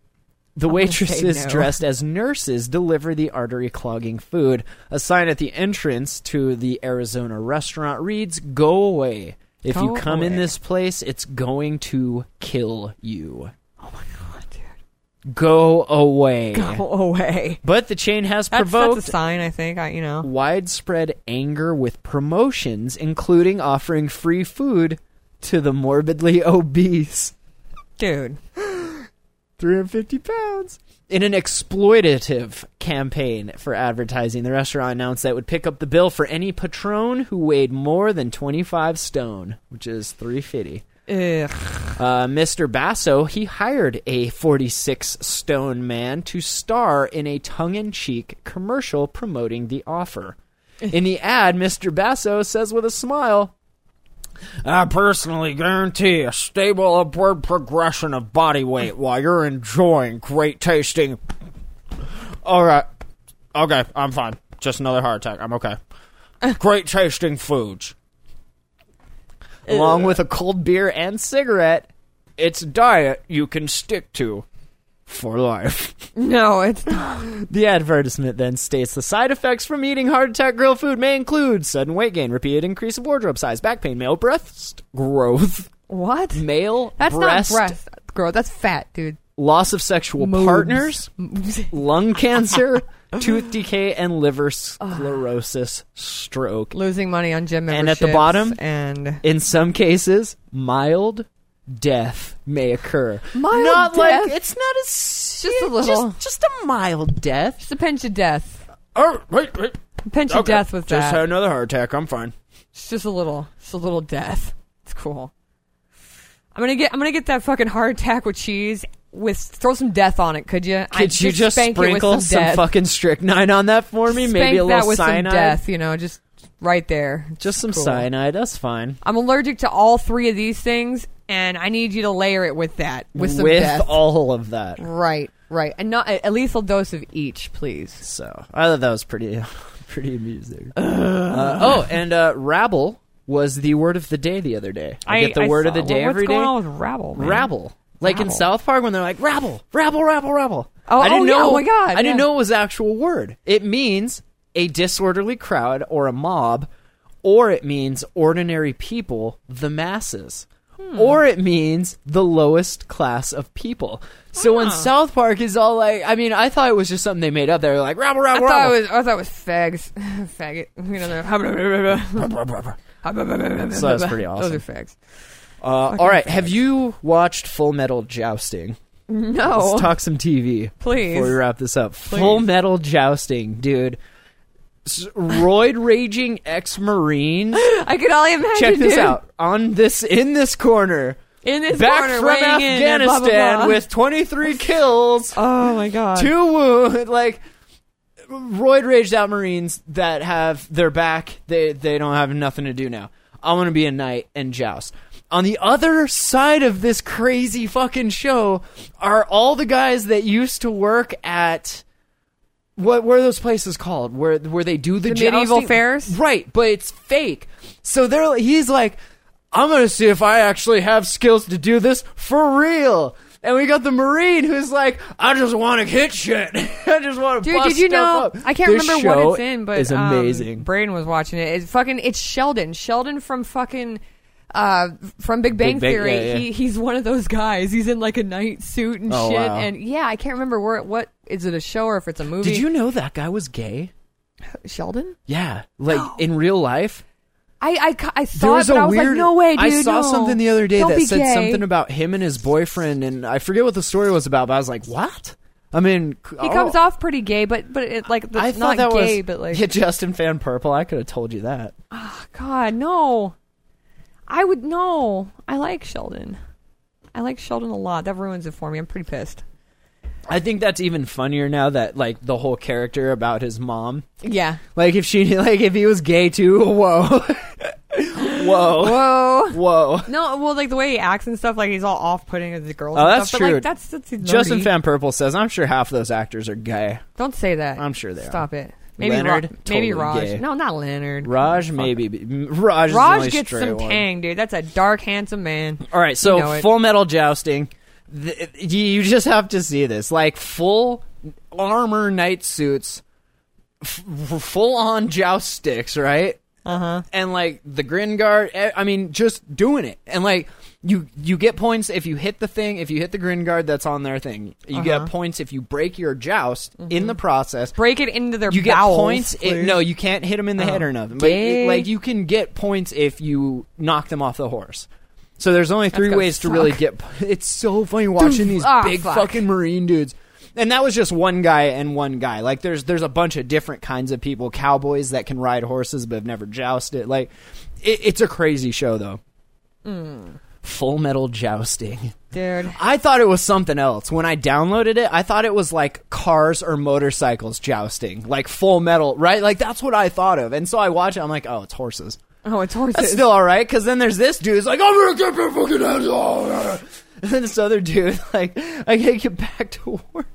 Speaker 1: the waitresses
Speaker 2: say no.
Speaker 1: dressed as nurses deliver the artery clogging food. A sign at the entrance to the Arizona restaurant reads, Go away. If
Speaker 2: Go
Speaker 1: you come in
Speaker 2: away."
Speaker 1: this place, it's going to kill you.
Speaker 2: Oh my god, dude,
Speaker 1: Go away.
Speaker 2: go away.
Speaker 1: But the chain has
Speaker 2: That's,
Speaker 1: provoked
Speaker 2: that's a sign, I think. I, you know.
Speaker 1: widespread anger with promotions, including offering free food to the morbidly obese.
Speaker 2: Dude.
Speaker 1: 350 pounds. In an exploitative campaign for advertising, the restaurant announced that it would pick up the bill for any patron who weighed more than 25 stone, which is 350.
Speaker 2: Ugh.
Speaker 1: Uh, Mr. Basso, he hired a 46 stone man to star in a tongue in cheek commercial promoting the offer. In the ad, Mr. Basso says with a smile, I personally guarantee a stable upward progression of body weight while you're enjoying great tasting. All right. Okay, I'm fine. Just another heart attack. I'm okay. Great tasting foods. Along with a cold beer and cigarette, it's a diet you can stick to for life.
Speaker 2: No, it's not.
Speaker 1: The advertisement then states the side effects from eating heart attack grill food may include sudden weight gain, repeated increase of wardrobe size, back pain, male breast growth,
Speaker 2: What?
Speaker 1: male
Speaker 2: That's
Speaker 1: breast,
Speaker 2: not breast growth. That's fat, dude.
Speaker 1: loss of sexual
Speaker 2: Modes.
Speaker 1: partners, lung cancer, tooth decay, and liver sclerosis, stroke.
Speaker 2: Losing money on gym memberships.
Speaker 1: And at the bottom?
Speaker 2: And
Speaker 1: In some cases, mild death may occur.
Speaker 2: Mild
Speaker 1: not
Speaker 2: death?
Speaker 1: like it's not a just
Speaker 2: a little.
Speaker 1: just, just a mild death.
Speaker 2: It's a pinch of death.
Speaker 1: Oh wait, wait.
Speaker 2: A pinch of death with that.
Speaker 1: another heart attack. I'm fine.
Speaker 2: It's just a little. It's a little death. It's cool. I'm gonna get. I'm gonna get that fucking heart attack with cheese. With throw some death on it, could you?
Speaker 1: Could you just sprinkle some, fucking strychnine on that for me? Maybe a little
Speaker 2: that with
Speaker 1: cyanide.
Speaker 2: some death. You know, just right there.
Speaker 1: Just some
Speaker 2: Cool.
Speaker 1: cyanide. That's fine.
Speaker 2: I'm allergic to all three of these things, and I need you to layer it with that. With some death.
Speaker 1: all of that.
Speaker 2: right, right, and not a a lethal dose of each, please.
Speaker 1: So I thought that was pretty, pretty amusing. Uh, oh, and uh, rabble was the word of the day the other day. I, get the word of
Speaker 2: saw-
Speaker 1: the day
Speaker 2: what's
Speaker 1: every day.
Speaker 2: going on with rabble? man?
Speaker 1: rabble. Like in
Speaker 2: Rabble.
Speaker 1: South Park when they're like rabble, rabble, rabble, rabble.
Speaker 2: Oh,
Speaker 1: I didn't
Speaker 2: oh, yeah,
Speaker 1: know.
Speaker 2: oh my God,
Speaker 1: I didn't
Speaker 2: yeah.
Speaker 1: know it was an actual word. It means a disorderly crowd or a mob, or it means ordinary people, the masses,
Speaker 2: Hmm.
Speaker 1: or it means the lowest class of people. So when South Park is all like, I mean, I thought it was just something they made up. They were like rabble,
Speaker 2: I
Speaker 1: rabble,
Speaker 2: thought
Speaker 1: rabble.
Speaker 2: it was. I thought it was fags, faggot. You know, the-
Speaker 1: So that's pretty awesome.
Speaker 2: Those are fags.
Speaker 1: Uh, all right, have you watched Full Metal Jousting?
Speaker 2: No,
Speaker 1: Let's talk some TV.
Speaker 2: Oh. Please.
Speaker 1: Before we wrap this up. Full metal jousting, dude. S- Roid raging ex Marine.
Speaker 2: I could only imagine.
Speaker 1: Check this
Speaker 2: dude.
Speaker 1: out. On this in this corner.
Speaker 2: In this
Speaker 1: back
Speaker 2: corner,
Speaker 1: from
Speaker 2: weighing in and blah,
Speaker 1: Afghanistan
Speaker 2: blah, blah.
Speaker 1: with twenty three kills,
Speaker 2: Oh my god.
Speaker 1: two wound like Roid raged out Marines that have their back, they they don't have nothing to do now. I want to be a knight and joust. On the other side of this crazy fucking show are all the guys that used to work at what were those places called where where they do the,
Speaker 2: medieval
Speaker 1: jousting?
Speaker 2: fairs?
Speaker 1: right? But it's fake. So they're he's like, I'm gonna see if I actually have skills to do this for real. And we got the marine who's like, I just want to hit shit. I just want to.
Speaker 2: Dude, did you know? I can't remember what it's in, but
Speaker 1: it's
Speaker 2: um,
Speaker 1: amazing.
Speaker 2: Braden was watching it. It's fucking. It's Sheldon. Sheldon from fucking. Uh, from Big Bang
Speaker 1: Big Bang,
Speaker 2: Theory,
Speaker 1: yeah, yeah.
Speaker 2: he he's one of those guys. He's in like a night suit and
Speaker 1: Oh,
Speaker 2: shit.
Speaker 1: wow.
Speaker 2: And yeah, I can't remember where. What is it? A show or if it's a movie?
Speaker 1: Did you know that guy was gay?
Speaker 2: Sheldon?
Speaker 1: Yeah, like in real life.
Speaker 2: I I, ca- I
Speaker 1: There
Speaker 2: saw it,
Speaker 1: was
Speaker 2: but
Speaker 1: a
Speaker 2: I was
Speaker 1: weird.
Speaker 2: like, no way, dude.
Speaker 1: I saw
Speaker 2: no.
Speaker 1: something the other day
Speaker 2: Don't
Speaker 1: that
Speaker 2: be
Speaker 1: said
Speaker 2: gay.
Speaker 1: something about him and his boyfriend, and I forget what the story was about. But I was like, what? I mean,
Speaker 2: He comes off pretty gay, but but it, like
Speaker 1: Oh. I
Speaker 2: that's
Speaker 1: thought
Speaker 2: not
Speaker 1: that
Speaker 2: gay,
Speaker 1: was
Speaker 2: but like
Speaker 1: yeah, Justin Fan Purple. I could have told you that.
Speaker 2: God, no. I would no. I like Sheldon. I like Sheldon a lot. That ruins it for me. I'm pretty pissed.
Speaker 1: I think that's even funnier now that like the whole character about his mom.
Speaker 2: Yeah.
Speaker 1: Like if she like if he was gay too. Whoa, whoa,
Speaker 2: Whoa.
Speaker 1: whoa.
Speaker 2: No, well, like the way he acts and stuff, like he's all off-putting as the girls.
Speaker 1: Oh,
Speaker 2: and
Speaker 1: that's
Speaker 2: stuff,
Speaker 1: true.
Speaker 2: But, like, that's that's nerdy.
Speaker 1: Justin Fan Purple says, "I'm sure half those actors are gay."
Speaker 2: Don't say that.
Speaker 1: I'm sure they are.
Speaker 2: Stop it. Maybe
Speaker 1: Leonard,
Speaker 2: Ra- maybe
Speaker 1: totally
Speaker 2: Raj.
Speaker 1: gay.
Speaker 2: No, not Leonard.
Speaker 1: Raj
Speaker 2: Fuck.
Speaker 1: maybe. be- Raj. is the only
Speaker 2: Raj gets
Speaker 1: straight
Speaker 2: some
Speaker 1: one.
Speaker 2: tang, dude. That's a dark, handsome man.
Speaker 1: All right,
Speaker 2: You know
Speaker 1: so
Speaker 2: it.
Speaker 1: Full Metal Jousting, th- you you just have to see this. Like full armor night suits, f- full on joust sticks, right? Uh
Speaker 2: Uh-huh.
Speaker 1: huh. And like the Grin Guard, eh, I mean, just doing it. And like you, you get points if you hit the thing. If you hit the Grin Guard, that's on their thing. You get
Speaker 2: Uh-huh.
Speaker 1: points if you break your joust in
Speaker 2: Mm-hmm.
Speaker 1: the process.
Speaker 2: Break it into their
Speaker 1: You get
Speaker 2: bowels,
Speaker 1: points. i-
Speaker 2: please. Oh.
Speaker 1: no, you can't hit them in the head or nothing. But
Speaker 2: Dang.
Speaker 1: it- like you can get points if you knock them off the horse. So there's only three
Speaker 2: gotta
Speaker 1: ways to really
Speaker 2: suck.
Speaker 1: get. p- It's so funny watching these
Speaker 2: Ah,
Speaker 1: big
Speaker 2: fuck.
Speaker 1: fucking marine dudes. And that was just one guy and one guy. Like there's there's a bunch of different kinds of people. Cowboys that can ride horses but have never jousted. Like it, it's a crazy show though.
Speaker 2: Mm.
Speaker 1: Full metal jousting.
Speaker 2: dude.
Speaker 1: I thought it was something else. When I downloaded it, I thought it was like cars or motorcycles jousting, like full metal, right? Like that's what I thought of. And so I watch it, I'm like, oh, it's horses.
Speaker 2: Oh, it's horses.
Speaker 1: That's still all right, because then there's this dude. It's like, I'm gonna get your fucking hands off. And then this other dude, like, I gotta get back to work.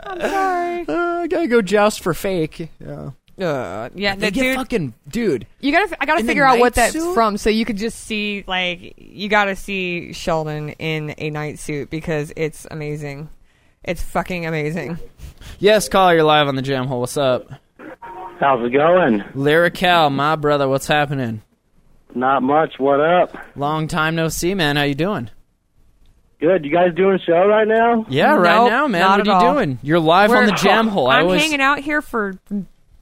Speaker 2: Sorry.
Speaker 1: Uh, I gotta go joust for fake. Yeah,
Speaker 2: Uh, yeah,
Speaker 1: they
Speaker 2: that
Speaker 1: get
Speaker 2: dude.
Speaker 1: fucking dude.
Speaker 2: you gotta. f- I gotta
Speaker 1: in the
Speaker 2: figure out what
Speaker 1: night
Speaker 2: that's
Speaker 1: suit?
Speaker 2: from, so you could just see like you gotta see Sheldon in a night suit because it's amazing. It's fucking amazing.
Speaker 1: Yes, caller, you're live on the jam hole. What's up,
Speaker 3: How's it going?
Speaker 1: Lyrical? My brother, what's happening?
Speaker 3: Not much. What up?
Speaker 1: Long time no see, man. How you doing?
Speaker 3: Good. You guys doing a show right now?
Speaker 1: Yeah, right
Speaker 2: Nope,
Speaker 1: now, man.
Speaker 2: not
Speaker 1: What are
Speaker 2: at
Speaker 1: you
Speaker 2: all.
Speaker 1: doing? You're live on
Speaker 2: We're-
Speaker 1: the jam hole.
Speaker 2: I'm
Speaker 1: was
Speaker 2: hanging out here for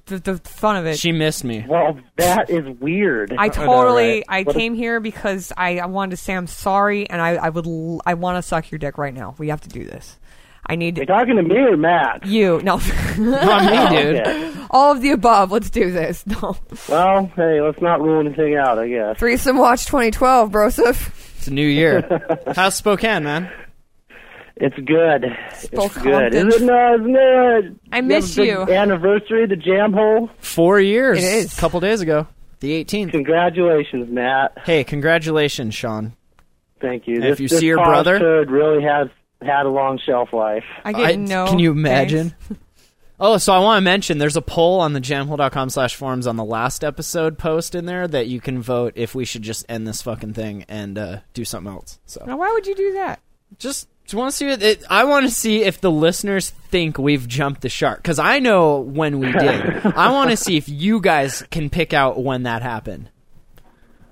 Speaker 2: the, the fun of it.
Speaker 1: She missed me.
Speaker 3: Well, that is weird.
Speaker 2: I
Speaker 1: know,
Speaker 2: totally.
Speaker 1: right?
Speaker 2: I
Speaker 3: What if-
Speaker 2: came here because I, I wanted to say I'm sorry, and I, I would. l- I want to suck your dick right now. We have to do this. I
Speaker 3: You're
Speaker 2: need
Speaker 3: talking to me or Matt?
Speaker 2: you. No,
Speaker 1: Not me, dude.
Speaker 3: Okay.
Speaker 2: all of the above. Let's do this. No,
Speaker 3: Well, hey, let's not rule anything out, I guess.
Speaker 2: threesome watch 2012, broseph.
Speaker 1: It's a new year. How's Spokane, man?
Speaker 3: It's good. It's
Speaker 2: Spoke
Speaker 3: good.
Speaker 2: often.
Speaker 3: Isn't, uh, isn't it? uh,
Speaker 2: I miss
Speaker 3: the
Speaker 2: you.
Speaker 3: Anniversary, the jam hole.
Speaker 1: Four years.
Speaker 2: It is.
Speaker 1: A couple days ago. The 18th.
Speaker 3: Congratulations, Matt.
Speaker 1: Hey, congratulations, Sean.
Speaker 3: Thank you.
Speaker 1: And
Speaker 3: this,
Speaker 1: if you
Speaker 3: this
Speaker 1: see your
Speaker 3: college
Speaker 1: brother-
Speaker 3: turd really has had a long shelf life.
Speaker 2: I didn't
Speaker 1: I-
Speaker 2: know.
Speaker 1: Can you imagine? Oh, so I want to mention there's a poll on the jamhole.com slash forums on the last episode post in there that you can vote if we should just end this fucking thing and uh, do something else. So
Speaker 2: Now, why would you do that?
Speaker 1: just, just want to see it, it. I want to see if the listeners think we've jumped the shark because I know when we did. I want to see if you guys can pick out when that happened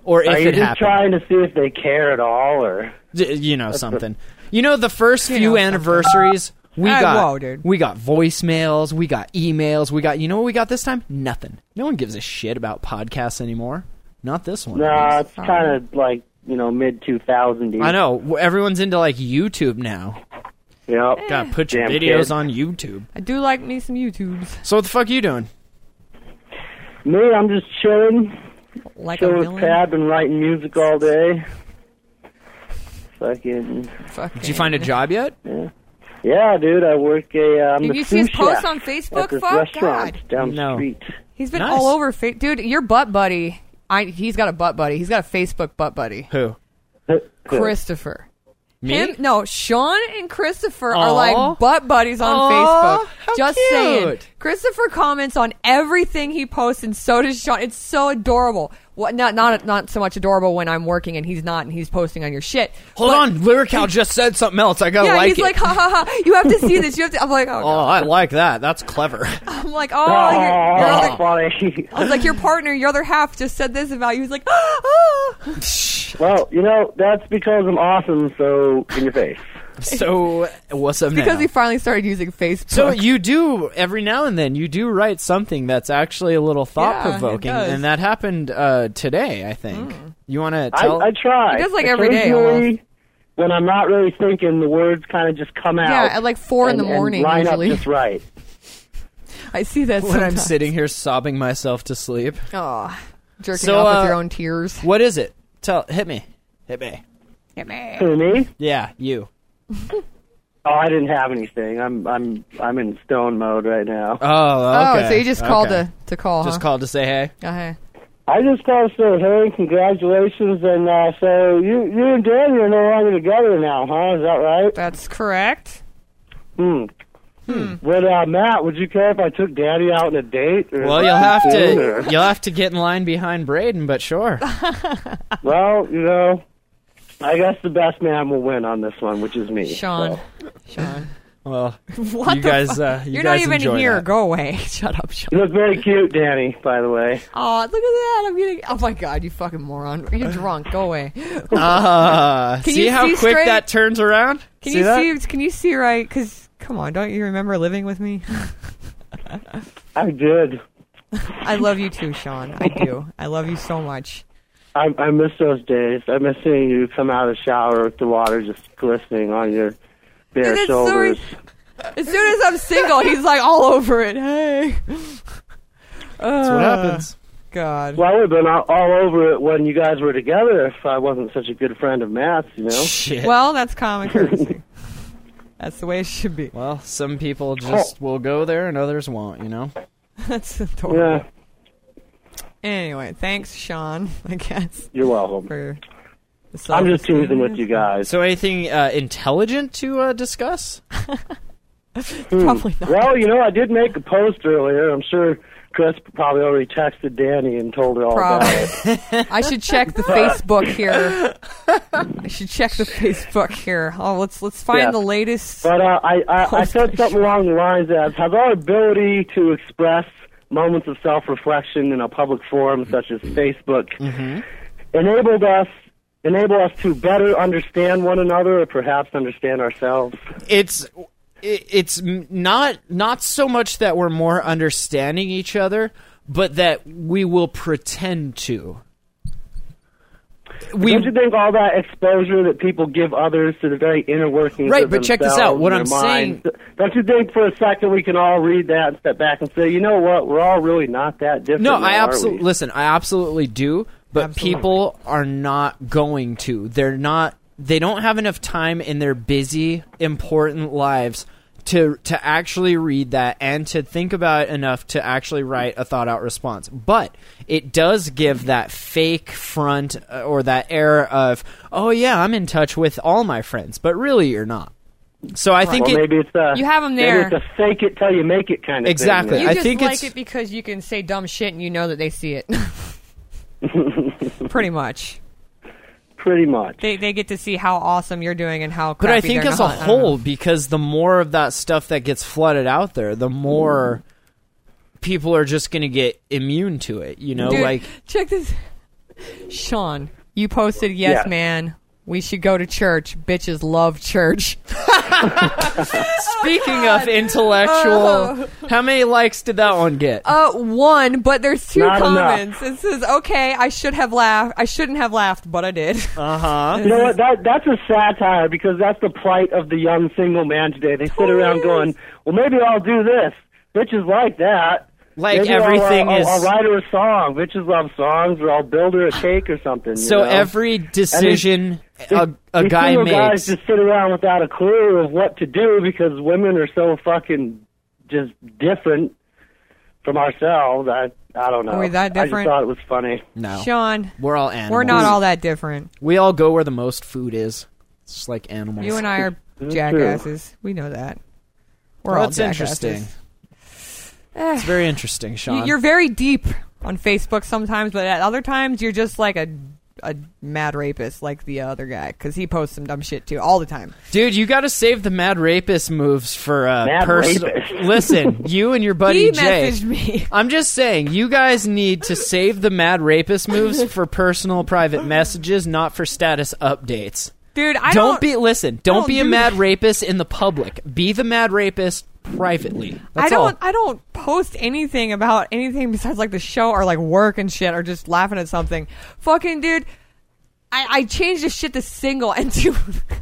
Speaker 1: or if
Speaker 3: Are you
Speaker 1: it
Speaker 3: just
Speaker 1: happened.
Speaker 3: trying to see if they care at all, or
Speaker 1: D- you know something. You know the first few
Speaker 2: know something.
Speaker 1: anniversaries we
Speaker 2: Ah,
Speaker 1: got
Speaker 2: whoa, dude.
Speaker 1: we got voicemails, we got emails, we got you know what we got this time? Nothing. No one gives a shit about podcasts anymore. Not this one.
Speaker 3: nah? It's kind of like you know mid two thousand.
Speaker 1: I know w- everyone's into like YouTube now.
Speaker 3: Yep.
Speaker 1: Got to put your
Speaker 3: Damn
Speaker 1: videos
Speaker 3: kids.
Speaker 1: on YouTube.
Speaker 2: I do like me some YouTubes.
Speaker 1: So what the fuck you doing?
Speaker 3: Me, I'm just chilling.
Speaker 2: Like a
Speaker 3: Chilling with
Speaker 2: villain.
Speaker 3: Tab, been writing music all day. Fucking
Speaker 2: Fucking-
Speaker 1: Did you find a job yet?
Speaker 3: yeah, dude. I work a. Uh, I'm
Speaker 2: Did
Speaker 3: the
Speaker 2: you see his
Speaker 3: sous
Speaker 2: posts
Speaker 3: chef
Speaker 2: on
Speaker 3: at
Speaker 2: Facebook?
Speaker 3: this
Speaker 2: Fuck
Speaker 3: restaurant
Speaker 2: God.
Speaker 3: down the
Speaker 1: No.
Speaker 3: street.
Speaker 2: He's been
Speaker 1: Nice.
Speaker 2: all over fa- dude. Your butt buddy. I he's got a butt buddy. He's got a Facebook butt buddy.
Speaker 1: Who?
Speaker 2: Christopher.
Speaker 1: Me?
Speaker 2: Him? No, Sean and Christopher
Speaker 1: Aw.
Speaker 2: are like butt buddies on
Speaker 1: Aw,
Speaker 2: Facebook.
Speaker 1: how
Speaker 2: Just
Speaker 1: cute.
Speaker 2: saying. Christopher comments on everything he posts, and so does Sean. It's so adorable. What? Not not not so much adorable when I'm working and he's not, and he's posting on your shit.
Speaker 1: Hold
Speaker 2: But-
Speaker 1: on, Lyrical just said something else. I gotta
Speaker 2: Yeah,
Speaker 1: like
Speaker 2: he's
Speaker 1: it.
Speaker 2: like, ha ha ha! You have to see this. You have to. I'm like, oh,
Speaker 1: oh, I like that. That's clever.
Speaker 2: I'm like, oh, your, your
Speaker 3: Oh,
Speaker 2: other,
Speaker 3: funny.
Speaker 2: I was like, your partner, your other half just said this about you. He's like, oh,
Speaker 3: well, you know that's because I'm awesome. So in your face.
Speaker 1: so what's up
Speaker 2: because
Speaker 1: now?
Speaker 2: he finally started using Facebook.
Speaker 1: So you do every now and then you do write something that's actually a little thought provoking,
Speaker 2: Yeah, it does. Mm.
Speaker 1: and that happened uh, today. I think you want to
Speaker 3: I,
Speaker 1: tell.
Speaker 3: I try.
Speaker 2: He does, like, every day,
Speaker 3: Occasionally,
Speaker 2: almost.
Speaker 3: When I'm not really thinking, the words kind of just come out.
Speaker 2: yeah, at like four in
Speaker 3: and-
Speaker 2: the morning,
Speaker 3: And line
Speaker 2: usually.
Speaker 3: up just right.
Speaker 2: I see that
Speaker 1: when I'm
Speaker 2: sometimes.
Speaker 1: sitting here sobbing myself to sleep.
Speaker 2: Oh, jerking
Speaker 1: So,
Speaker 2: off
Speaker 1: uh,
Speaker 2: with your own tears.
Speaker 1: What is it? Tell. Hit me. Hit me.
Speaker 3: Who me?
Speaker 1: Yeah, you.
Speaker 3: Oh, I didn't have anything. I'm I'm I'm in stone mode right now.
Speaker 1: Oh,
Speaker 2: Oh,
Speaker 1: okay.
Speaker 2: so you just called
Speaker 1: okay.
Speaker 2: to to call?
Speaker 1: Just
Speaker 2: huh?
Speaker 1: called to say hey.
Speaker 2: Okay.
Speaker 3: I just gotta say, hey, congratulations, and uh, so you you and Dan are no longer together now, huh? Is that right?
Speaker 2: That's correct.
Speaker 3: Hmm. Hmm. Would uh, Matt, would you care if I took Daddy out on a date? Or
Speaker 1: Well, you'll have
Speaker 3: something,
Speaker 1: to
Speaker 3: or-
Speaker 1: you'll have to get in line behind Braden, but sure.
Speaker 3: well, you know, I guess the best man will win on this one, which is me.
Speaker 2: Sean.
Speaker 3: so.
Speaker 2: Sean.
Speaker 1: Well,
Speaker 2: What
Speaker 1: you
Speaker 2: the
Speaker 1: guys,
Speaker 2: fuck?
Speaker 1: uh, you
Speaker 2: You're
Speaker 1: guys
Speaker 2: not even
Speaker 1: enjoy
Speaker 2: here.
Speaker 1: that.
Speaker 2: Go away. Shut up, Sean.
Speaker 3: You look very cute, Danny. By the way.
Speaker 2: Oh, look at that. I'm getting. Oh my god, you fucking moron. You're drunk. Go away.
Speaker 1: Ah,
Speaker 2: Can
Speaker 1: see
Speaker 2: you
Speaker 1: how
Speaker 2: see
Speaker 1: quick
Speaker 2: straight?
Speaker 1: that turns around.
Speaker 2: Can
Speaker 1: see
Speaker 2: you
Speaker 1: that?
Speaker 2: see? Can you see right? Because come on, don't you remember living with me?
Speaker 3: I did.
Speaker 2: I love you too, Sean. I do. I love you so much.
Speaker 3: I, I miss those days. I miss seeing you come out of the shower with the water just glistening on your bare
Speaker 2: Dude, it's so
Speaker 3: shoulders.
Speaker 2: As soon as I'm single, he's like all over it. Hey.
Speaker 1: That's what happens.
Speaker 2: God.
Speaker 3: well, I would have been all, all over it when you guys were together if I wasn't such a good friend of Matt's, you know?
Speaker 1: Shit.
Speaker 2: Well, that's common courtesy. that's the way it should be.
Speaker 1: Well, some people just will go there and others won't, you know?
Speaker 2: That's adorable.
Speaker 3: Yeah,
Speaker 2: Anyway, thanks, Sean. I guess
Speaker 3: you're welcome.
Speaker 2: for. The
Speaker 3: I'm just teasing with you guys.
Speaker 1: So, anything uh, intelligent to uh, discuss?
Speaker 2: Probably not.
Speaker 3: Hmm. Well, you know, I did make a post earlier. I'm sure Chris probably already texted Danny and told her all about it.
Speaker 2: Probably. I should check the Facebook here. I should check the Facebook here. Oh, let's let's find
Speaker 3: Yeah.
Speaker 2: the latest.
Speaker 3: But uh, I, I, I
Speaker 2: Post
Speaker 3: said something along the lines of Has our ability to express moments of self reflection in a public forum such as Facebook
Speaker 1: Mm-hmm.
Speaker 3: enabled us? Enable us to better understand one another, or perhaps understand ourselves.
Speaker 1: It's it, it's m- not not so much that we're more understanding each other, but that we will pretend to. We
Speaker 3: Don't you think all that exposure that people give others to the very inner workings
Speaker 1: Right,
Speaker 3: of
Speaker 1: but check this
Speaker 3: themselves
Speaker 1: out. What
Speaker 3: and
Speaker 1: I'm
Speaker 3: their
Speaker 1: saying-
Speaker 3: minds- don't you think for a second we can all read that and step back and say, you know what, we're all really not that different.
Speaker 1: no,
Speaker 3: now,
Speaker 1: I
Speaker 3: are
Speaker 1: absolutely
Speaker 3: we?
Speaker 1: listen. I absolutely do, but people are not going to. They're not. They don't have enough time in their busy, important lives to to actually read that and to think about it enough to actually write a thought out response. But it does give that fake front uh, or that air of, oh yeah, I'm in touch with all my friends, but really you're not. So I think
Speaker 3: Well,
Speaker 1: it,
Speaker 3: maybe it's a
Speaker 2: You have 'em
Speaker 3: maybe
Speaker 2: there.
Speaker 3: it's a fake it till you make it kind of
Speaker 1: Exactly.
Speaker 3: Thing,
Speaker 2: You
Speaker 1: I
Speaker 2: just
Speaker 1: think
Speaker 2: like
Speaker 1: it's-
Speaker 2: it because you can say dumb shit and you know that they see it. Pretty much.
Speaker 3: pretty much.
Speaker 2: They they get to see how awesome you're doing and how.
Speaker 1: But I
Speaker 2: crappy
Speaker 1: think
Speaker 2: they're
Speaker 1: as
Speaker 2: not.
Speaker 1: a
Speaker 2: I don't know.
Speaker 1: whole, because the more of that stuff that gets flooded out there, the more people are just going to get immune to it. You know,
Speaker 2: Dude,
Speaker 1: Oh, like
Speaker 2: check this. Sean, you posted, yes,
Speaker 3: Yeah.
Speaker 2: man, we should go to church. Bitches love church. Oh,
Speaker 1: speaking of intellectual, how many likes did that one get?
Speaker 2: Uh, one, but there's two
Speaker 3: Not enough.
Speaker 2: comments. It says, okay, I should have laughed. I shouldn't have laughed, but I did.
Speaker 1: Uh,
Speaker 3: You know what? That that's a satire because that's the plight of the young single man today. They sit around going, "Well, maybe I'll do this." Bitches like that.
Speaker 1: Like
Speaker 3: Maybe I'll, uh,
Speaker 1: everything
Speaker 3: I'll,
Speaker 1: is-
Speaker 3: I'll write her a song. Bitches love songs, or I'll build her a cake or something. you
Speaker 1: so
Speaker 3: know?
Speaker 1: every decision a, a
Speaker 3: These
Speaker 1: guy
Speaker 3: single guys
Speaker 1: makes,
Speaker 3: just sit around without a clue of what to do because women are so fucking just different from ourselves. I I don't know.
Speaker 2: Are we that
Speaker 3: I just
Speaker 2: different?
Speaker 3: thought it was funny.
Speaker 1: no,
Speaker 2: Sean,
Speaker 1: we're all animals.
Speaker 2: we're not all that different.
Speaker 1: We all go where the most food is. It's just like animals.
Speaker 2: You and I are jackasses. We know that. We're
Speaker 1: Well,
Speaker 2: all
Speaker 1: that's
Speaker 2: jackasses.
Speaker 1: interesting. It's very interesting, Sean.
Speaker 2: You- You're very deep on Facebook sometimes, but at other times you're just like a a mad rapist, like the other guy, because he posts some dumb shit too all the time.
Speaker 1: Dude, you got to save the mad rapist moves for uh,
Speaker 3: Mad
Speaker 1: personal.
Speaker 3: rapist.
Speaker 1: Listen, you and your buddy
Speaker 2: he
Speaker 1: Jay.
Speaker 2: messaged me.
Speaker 1: I'm just saying, you guys need to save the mad rapist moves for personal, private messages, not for status updates.
Speaker 2: Dude, I
Speaker 1: don't,
Speaker 2: don't,
Speaker 1: be listen. Don't,
Speaker 2: don't
Speaker 1: be a
Speaker 2: do
Speaker 1: mad
Speaker 2: that.
Speaker 1: rapist in the public. Be the mad rapist privately. That's
Speaker 2: I don't.
Speaker 1: all.
Speaker 2: I don't post anything about anything besides like the show or like work and shit or just laughing at something. Fucking dude, I, I changed this shit to single and to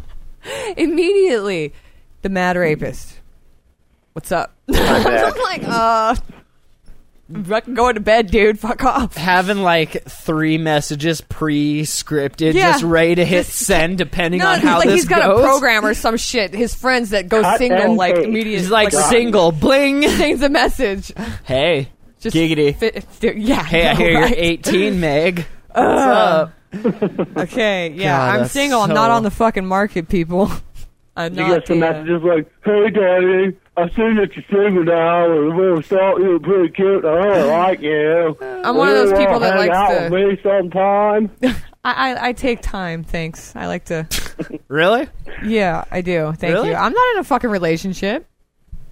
Speaker 2: immediately the mad rapist. What's up? I'm just like uh, fucking going to bed, dude. Fuck off.
Speaker 1: Having like three messages pre-scripted,
Speaker 2: Yeah.
Speaker 1: just ready to hit
Speaker 2: Just-
Speaker 1: send, depending
Speaker 2: No,
Speaker 1: on
Speaker 2: it's
Speaker 1: how
Speaker 2: like
Speaker 1: this
Speaker 2: he's got
Speaker 1: goes.
Speaker 2: a program or some shit. His friends that go
Speaker 3: Cut
Speaker 2: single,
Speaker 3: and
Speaker 2: like
Speaker 3: paste.
Speaker 2: immediately,
Speaker 1: He's like
Speaker 2: like
Speaker 1: single bling.
Speaker 2: sends a message.
Speaker 1: Hey,
Speaker 2: Just
Speaker 1: giggity.
Speaker 2: fit- yeah.
Speaker 1: Hey, I
Speaker 2: no,
Speaker 1: hear you're
Speaker 2: right? Uh.
Speaker 1: 18, Meg.
Speaker 2: Okay, yeah,
Speaker 1: God,
Speaker 2: I'm
Speaker 1: that's
Speaker 2: single. I'm not
Speaker 1: so-
Speaker 2: on the fucking market, people. I'm
Speaker 3: You
Speaker 2: not.
Speaker 3: get some
Speaker 2: the, uh,
Speaker 3: messages like, "Hey, daddy, I see that you're single now, and we thought you were pretty cute. and I really like you.
Speaker 2: I'm one of those people that
Speaker 3: hang
Speaker 2: likes
Speaker 3: out
Speaker 2: to-
Speaker 3: with me sometime.
Speaker 2: I, I I take time. Thanks. I like to.
Speaker 1: Really?
Speaker 2: Yeah, I do. Thank
Speaker 1: Really?
Speaker 2: you. I'm not in a fucking relationship.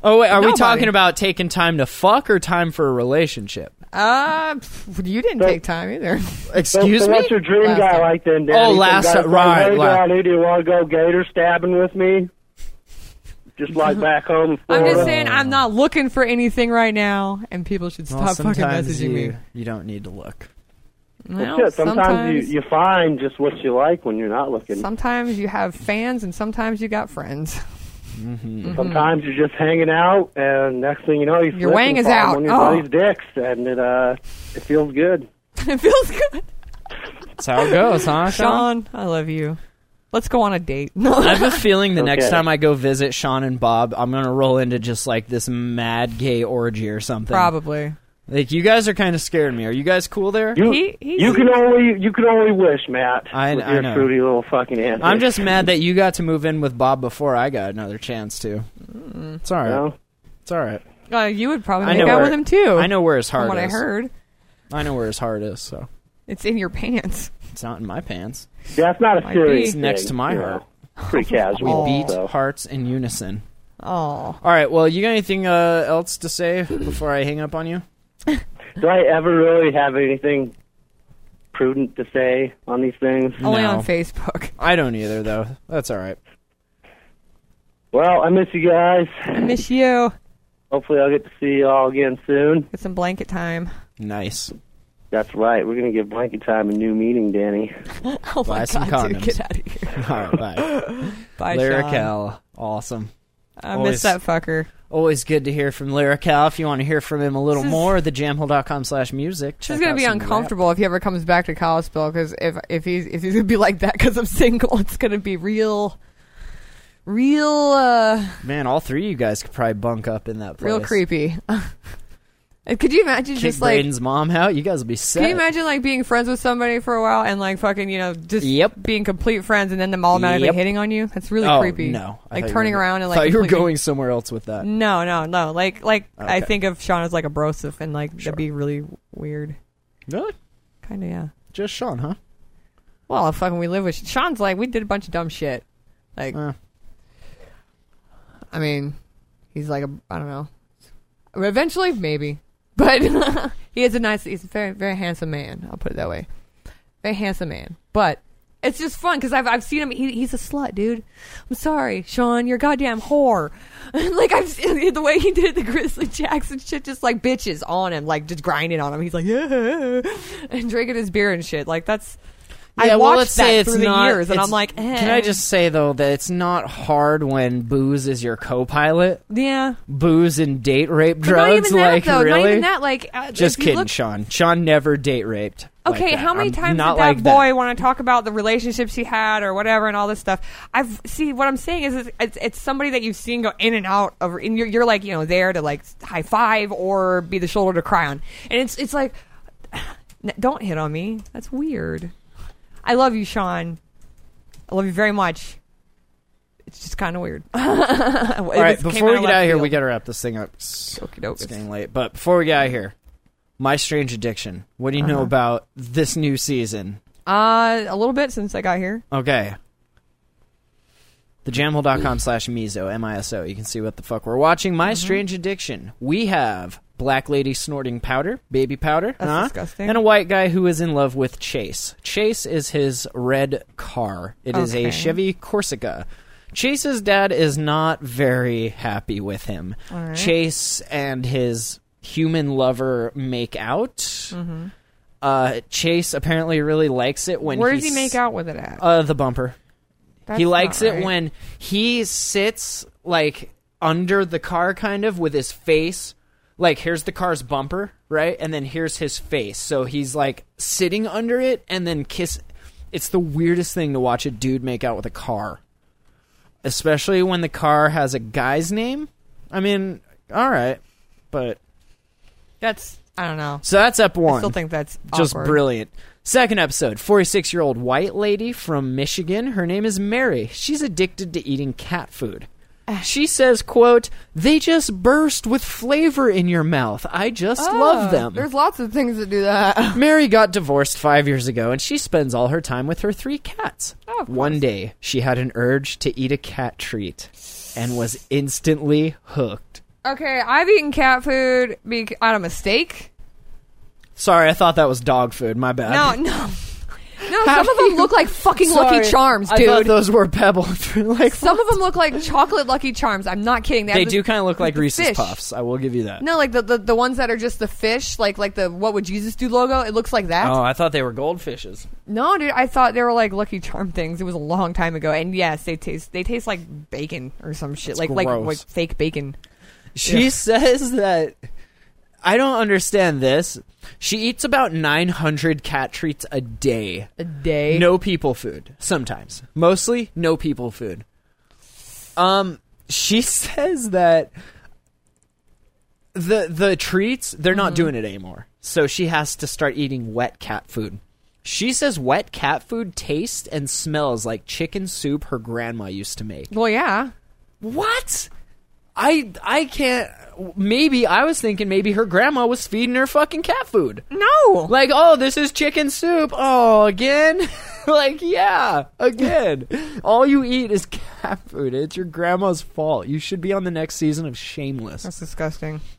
Speaker 1: Oh wait, are we
Speaker 2: Nobody.
Speaker 1: talking about taking time to fuck or time for a relationship?
Speaker 2: Uh, pff, you didn't take time either.
Speaker 3: So,
Speaker 1: Excuse
Speaker 3: so
Speaker 1: me.
Speaker 3: what's your dream
Speaker 2: Last
Speaker 3: guy
Speaker 2: time.
Speaker 3: like then, daddy?
Speaker 1: Oh,
Speaker 3: Some
Speaker 1: last
Speaker 3: guy
Speaker 1: time,
Speaker 3: says,
Speaker 1: right,
Speaker 3: Hey,
Speaker 1: last-
Speaker 3: daddy, do you want to go gator stabbing with me? Just like back home. in
Speaker 2: I'm
Speaker 3: Florida.
Speaker 2: just saying I'm not looking for anything right now, and people should stop
Speaker 1: Well,
Speaker 2: fucking
Speaker 1: sometimes
Speaker 2: messaging
Speaker 1: you,
Speaker 2: me.
Speaker 1: You don't need to look.
Speaker 2: Well,
Speaker 3: Shit, sometimes, you you find just what you like when you're not looking.
Speaker 2: sometimes you have fans, and sometimes you got friends.
Speaker 1: Mm-hmm.
Speaker 3: Sometimes you're just hanging out, and next thing you know, you
Speaker 2: Your
Speaker 3: slip
Speaker 2: wang
Speaker 3: and
Speaker 2: is out.
Speaker 3: fall on One of your
Speaker 2: Oh.
Speaker 3: buddy's dicks, and it uh, it feels good.
Speaker 2: it feels good.
Speaker 1: That's how it goes, huh, Sean?
Speaker 2: Sean, I love you. Let's go on a date. No.
Speaker 1: I have a feeling the next
Speaker 3: Okay.
Speaker 1: time I go visit Sean and Bob, I'm gonna roll into just like this mad gay orgy or something.
Speaker 2: Probably.
Speaker 1: Like you guys are kind of scaring me. Are you guys cool there?
Speaker 3: You
Speaker 2: He- he-
Speaker 3: you can only you can only wish, Matt.
Speaker 1: I-
Speaker 3: with
Speaker 1: I
Speaker 3: your
Speaker 1: know.
Speaker 3: fruity little fucking answer.
Speaker 1: I'm just mad that you got to move in with Bob before I got another chance to. It's all right.
Speaker 3: You know?
Speaker 1: It's all right.
Speaker 2: Uh, you would probably
Speaker 1: I
Speaker 2: make
Speaker 1: know
Speaker 2: out
Speaker 1: where-
Speaker 2: with him too.
Speaker 1: I know where his heart
Speaker 2: From what I
Speaker 1: is.
Speaker 2: heard,
Speaker 1: I know where his heart is. So
Speaker 2: it's in your pants.
Speaker 1: it's not in my pants.
Speaker 3: That's not a
Speaker 2: Might
Speaker 3: serious.
Speaker 2: be.
Speaker 1: It's next
Speaker 3: thing,
Speaker 1: to my
Speaker 3: you know.
Speaker 1: heart.
Speaker 3: Pretty
Speaker 1: We
Speaker 3: casual.
Speaker 1: beat
Speaker 3: so.
Speaker 1: hearts in unison.
Speaker 2: Oh,
Speaker 1: All right. Well, you got anything uh, else to say before I hang up on you?
Speaker 3: Do I ever really have anything prudent to say on
Speaker 2: Oh,
Speaker 3: these things?
Speaker 2: only
Speaker 1: No.
Speaker 2: on Facebook.
Speaker 1: I don't either, though. That's all right.
Speaker 3: Well, I miss you guys.
Speaker 2: Miss you.
Speaker 3: Hopefully, I'll get to see you all again soon.
Speaker 2: Get some blanket time.
Speaker 1: Nice.
Speaker 3: That's right. We're gonna give Blanket Time a new meaning, Danny.
Speaker 2: Oh
Speaker 1: Buy
Speaker 2: my
Speaker 1: some
Speaker 2: god, dude,
Speaker 1: condoms.
Speaker 2: get out of here.
Speaker 1: All right, bye.
Speaker 2: Bye, Sean.
Speaker 1: Lyrical, awesome.
Speaker 2: I
Speaker 1: Always-
Speaker 2: miss that fucker.
Speaker 1: Always good to hear from Lyrical. If you want to hear from him a little
Speaker 2: This is-
Speaker 1: more, thejamhole.com slash music.
Speaker 2: This is gonna be uncomfortable if he ever comes back to Kalispell because if if he's if he's gonna be like that because I'm single, it's gonna be real, real, uh,
Speaker 1: Man, all three of you guys could probably bunk up in that place.
Speaker 2: real creepy. And could you imagine
Speaker 1: Kick
Speaker 2: just like?
Speaker 1: Braden's mom out. You guys will be set.
Speaker 2: Can you imagine like being friends with somebody for a while and like fucking you know just
Speaker 1: Yep.
Speaker 2: being complete friends and then them automatically
Speaker 1: Yep.
Speaker 2: hitting on you? That's really
Speaker 1: oh,
Speaker 2: creepy.
Speaker 1: no. I thought
Speaker 2: like
Speaker 1: you
Speaker 2: turning
Speaker 1: were-
Speaker 2: around and like
Speaker 1: thought you were
Speaker 2: completely-
Speaker 1: going somewhere else with that.
Speaker 2: No, no, no. Like like I
Speaker 1: Okay.
Speaker 2: think of Sean as like a brosif and like that'd be really weird.
Speaker 1: Really?
Speaker 2: Kind of yeah.
Speaker 1: Just Sean, huh?
Speaker 2: Well, fucking, we live with Sean's. Like, we did a bunch of dumb shit. Like,
Speaker 1: Uh.
Speaker 2: I mean, he's like a I don't know. Eventually, maybe, but he is a nice. He's a very very handsome man. I'll put it that way. Very handsome man, but. It's just fun because I've, I've seen him. He, he's a slut, dude. I'm sorry, Sean. You're a goddamn whore. like I've seen the way he did the Grizzly Jackson shit, just like bitches on him, like just grinding on him. He's like, yeah, and drinking his beer and shit. Like that's
Speaker 1: Yeah,
Speaker 2: I
Speaker 1: well,
Speaker 2: watched
Speaker 1: let's
Speaker 2: that
Speaker 1: say it's
Speaker 2: through the
Speaker 1: not-
Speaker 2: years, and
Speaker 1: it's-
Speaker 2: I'm like, eh.
Speaker 1: Can I just say though that it's not hard when booze is your co-pilot?
Speaker 2: yeah?
Speaker 1: Booze and date rape
Speaker 2: But not
Speaker 1: drugs,
Speaker 2: even that
Speaker 1: like
Speaker 2: though.
Speaker 1: really?
Speaker 2: Not even that. Like, uh,
Speaker 1: Just
Speaker 2: if you
Speaker 1: kidding,
Speaker 2: look-
Speaker 1: Sean. Sean never date raped. like
Speaker 2: Okay,
Speaker 1: that.
Speaker 2: how many
Speaker 1: I'm
Speaker 2: times
Speaker 1: not
Speaker 2: did
Speaker 1: like
Speaker 2: that boy want to talk about the relationships he had or whatever and all this stuff? I've see what I'm saying is it's, it's, it's somebody that you've seen go in and out of, and you're, you're like you know there to like high five or be the shoulder to cry on, and it's it's like n- don't hit on me. That's weird. I love you, Sean. I love you very much. It's just kind of weird. All
Speaker 1: All right, before we get out of here, we got to wrap this thing up. It's
Speaker 2: Okey-doke.
Speaker 1: it's getting late, but before we get out of here, My Strange Addiction. What do you
Speaker 2: Uh-huh.
Speaker 1: know about this new season?
Speaker 2: Uh, a little bit since I got here.
Speaker 1: Okay. Thejamhole.com slash miso, M-I-S-O. You can see what the fuck we're watching.
Speaker 2: Mm-hmm.
Speaker 1: My Strange Addiction. We have Black Lady snorting powder, baby powder.
Speaker 2: That's
Speaker 1: huh?
Speaker 2: disgusting.
Speaker 1: And a white guy who is in love with Chase. Chase is his red car. It is
Speaker 2: Okay.
Speaker 1: a Chevy Corsica. Chase's dad is not very happy with him. Chase and his human lover make out.
Speaker 2: Mm-hmm.
Speaker 1: Uh, Chase apparently really likes it when
Speaker 2: Where does he
Speaker 1: he's-
Speaker 2: make out with it at?
Speaker 1: uh, the bumper.
Speaker 2: That's
Speaker 1: he likes
Speaker 2: not
Speaker 1: it
Speaker 2: right.
Speaker 1: when he sits like under the car, kind of with his face. Like here's the car's bumper, right, and then here's his face. So he's like sitting under it and then kiss. It's the weirdest thing to watch a dude make out with a car, especially when the car has a guy's name. I mean, all right, but
Speaker 2: That's I don't know.
Speaker 1: so that's up one
Speaker 2: I still think that's
Speaker 1: just
Speaker 2: awkward.
Speaker 1: brilliant. Second episode 46 year old white lady from Michigan. Her name is Mary. She's addicted to eating cat food.
Speaker 2: Eh.
Speaker 1: She says, quote, they just burst with flavor in your mouth. I just
Speaker 2: Oh,
Speaker 1: love them.
Speaker 2: There's lots of things that do that.
Speaker 1: Mary got divorced five years ago, and she spends all her time with her three cats.
Speaker 2: Oh, of course.
Speaker 1: One day, she had an urge to eat a cat treat and was instantly hooked.
Speaker 2: Okay, I've eaten cat food bec- on a mistake.
Speaker 1: Sorry, I thought that was dog food. My bad.
Speaker 2: No, no, no.
Speaker 1: How
Speaker 2: Some of
Speaker 1: do
Speaker 2: them
Speaker 1: you-
Speaker 2: look like fucking
Speaker 1: Sorry.
Speaker 2: Lucky Charms,
Speaker 1: I thought
Speaker 2: dude.
Speaker 1: those were pebbles. like,
Speaker 2: Some of them look like chocolate Lucky Charms. I'm not kidding. have
Speaker 1: They
Speaker 2: the-
Speaker 1: do kind of look like
Speaker 2: the
Speaker 1: Reese's
Speaker 2: fish.
Speaker 1: Puffs. I will give you that.
Speaker 2: No, like the, the the ones that are just the fish, like like the what would Jesus do logo. It looks like that.
Speaker 1: Oh, I thought they were goldfishes.
Speaker 2: No, dude, I thought they were like Lucky Charm things. It was a long time ago, and yes, they taste they taste like bacon or some shit, like, like
Speaker 1: gross.
Speaker 2: like fake bacon.
Speaker 1: She says that I don't understand this. She eats about 900 cat treats a day.
Speaker 2: A day.
Speaker 1: No people food sometimes. Mostly no people food. Um she says that the the treats they're not doing it anymore. So she has to start eating wet cat food. She says wet cat food tastes and smells like chicken soup her grandma used to make.
Speaker 2: Well, yeah.
Speaker 1: What? I I can't. Maybe I was thinking maybe her grandma was feeding her fucking cat food.
Speaker 2: No.
Speaker 1: Like, oh, this is chicken soup. Oh, again? like, yeah, again. All you eat is cat food. It's your grandma's fault. You should be on the next season of Shameless.
Speaker 2: That's disgusting.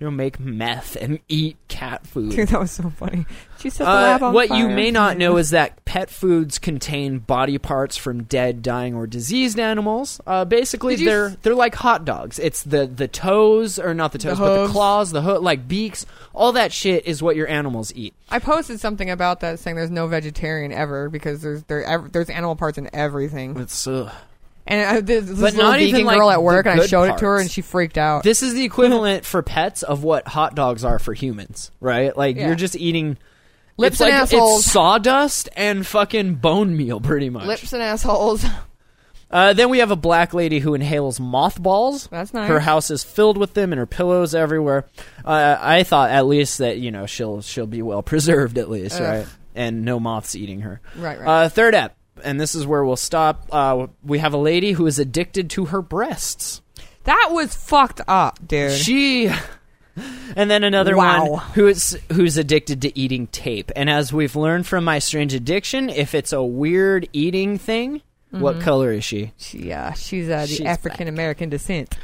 Speaker 1: You know, make meth and eat cat food.
Speaker 2: Dude, that was so funny. She set the
Speaker 1: Uh,
Speaker 2: lab on
Speaker 1: what
Speaker 2: fire.
Speaker 1: you may not know is that pet foods contain body parts from dead, dying, or diseased animals. Uh, basically,
Speaker 2: Did you
Speaker 1: they're
Speaker 2: s-
Speaker 1: they're like hot dogs. It's the the toes, or not the toes, but the
Speaker 2: hooves.
Speaker 1: claws, the hook, like beaks. All that shit is what your animals eat.
Speaker 2: I posted something about that saying there's no vegetarian ever because there's there ev- there's animal parts in everything.
Speaker 1: It's uh,
Speaker 2: And I, this, this
Speaker 1: But
Speaker 2: little
Speaker 1: not even,
Speaker 2: vegan
Speaker 1: like,
Speaker 2: girl at work,
Speaker 1: the
Speaker 2: and I
Speaker 1: good
Speaker 2: showed it to her,
Speaker 1: parts.
Speaker 2: and she freaked out.
Speaker 1: this is the equivalent for pets of what hot dogs are for humans, right? Like
Speaker 2: Yeah.
Speaker 1: you're just eating.
Speaker 2: Lips
Speaker 1: it's like
Speaker 2: and assholes.
Speaker 1: it's sawdust and fucking bone meal, pretty much.
Speaker 2: Lips and assholes.
Speaker 1: Uh, then we have a black lady who inhales mothballs.
Speaker 2: That's nice.
Speaker 1: Her house is filled with them, and her pillows everywhere. Uh, I thought at least that you know she'll she'll be well preserved at least,
Speaker 2: Ugh.
Speaker 1: right? And no moths eating her.
Speaker 2: Right, right.
Speaker 1: Uh, third app, and this is where we'll stop. Uh, we have a lady who is addicted to her breasts.
Speaker 2: That was fucked up, dude.
Speaker 1: She. And then another
Speaker 2: Wow.
Speaker 1: one who is who's addicted to eating tape. And as we've learned from my strange addiction, if it's a weird eating thing,
Speaker 2: Mm-hmm.
Speaker 1: what color is she?
Speaker 2: She, uh, she's uh,
Speaker 1: She's
Speaker 2: the
Speaker 1: black.
Speaker 2: African American descent.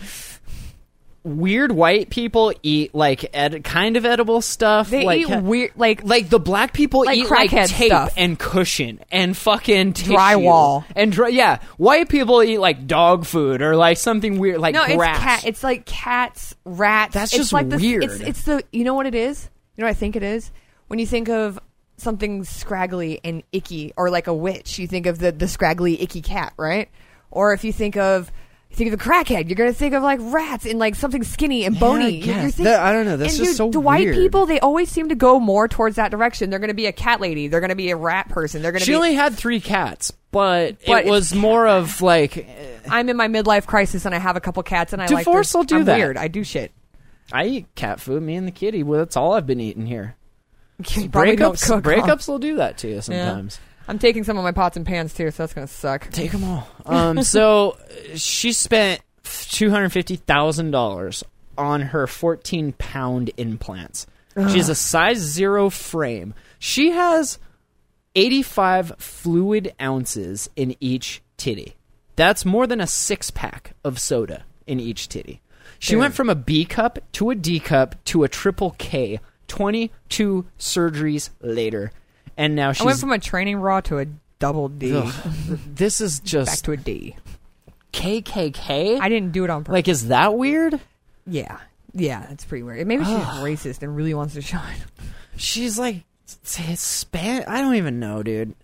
Speaker 1: weird white people eat like ed- kind of edible stuff.
Speaker 2: They
Speaker 1: like,
Speaker 2: eat weird, like
Speaker 1: Like the black people
Speaker 2: Like
Speaker 1: eat like
Speaker 2: crackhead
Speaker 1: tape
Speaker 2: stuff.
Speaker 1: and cushion and fucking tissue.
Speaker 2: Drywall.
Speaker 1: and dry, yeah, white people eat like dog food or like something weird like
Speaker 2: no,
Speaker 1: grass.
Speaker 2: it's cat. It's like cats, rats.
Speaker 1: That's
Speaker 2: it's
Speaker 1: just
Speaker 2: like the,
Speaker 1: weird.
Speaker 2: It's, it's the you know what it is. You know what I think it is when you think of something scraggly and icky, or like a witch. You think of the the scraggly icky cat, right? Or if you think of you think of a crackhead, you're gonna think of like rats and like something skinny and bony.
Speaker 1: I
Speaker 2: You're- you're
Speaker 1: guess.
Speaker 2: think-
Speaker 1: That- I don't know. That's
Speaker 2: and
Speaker 1: just
Speaker 2: dude,
Speaker 1: so
Speaker 2: the white
Speaker 1: weird.
Speaker 2: people they always seem to go more towards that direction. They're gonna be a cat lady. They're gonna be a rat person. They're gonna
Speaker 1: she
Speaker 2: be
Speaker 1: only had three cats, but,
Speaker 2: But
Speaker 1: it was more of like
Speaker 2: I'm in my midlife crisis and I have a couple cats and I like
Speaker 1: Divorce
Speaker 2: to-
Speaker 1: will do
Speaker 2: I'm
Speaker 1: that.
Speaker 2: Weird, I do shit.
Speaker 1: I eat cat food. Me and the kitty. Well, that's all I've been eating here.
Speaker 2: You probably don't
Speaker 1: Breakups,
Speaker 2: cook, huh?
Speaker 1: breakups will do that to you
Speaker 2: Yeah.
Speaker 1: sometimes.
Speaker 2: I'm taking some of my pots and pans too, so that's gonna suck.
Speaker 1: Take them all. Um, so uh, she spent two hundred fifty thousand dollars on her fourteen pound implants. She has a size zero frame. She has eighty five fluid ounces in each titty. That's more than a six pack of soda in each titty. She went from a B cup to a D cup to a triple K. Twenty two surgeries later, and now she's.
Speaker 2: I went from a training raw to a double D
Speaker 1: this is
Speaker 2: back
Speaker 1: just
Speaker 2: to a D.
Speaker 1: KKK.
Speaker 2: I didn't do it on purpose.
Speaker 1: Like, is that weird?
Speaker 2: yeah, yeah, that's pretty weird. Maybe she's racist and really wants to shine.
Speaker 1: She's like s- Hispanic. I don't even know, dude.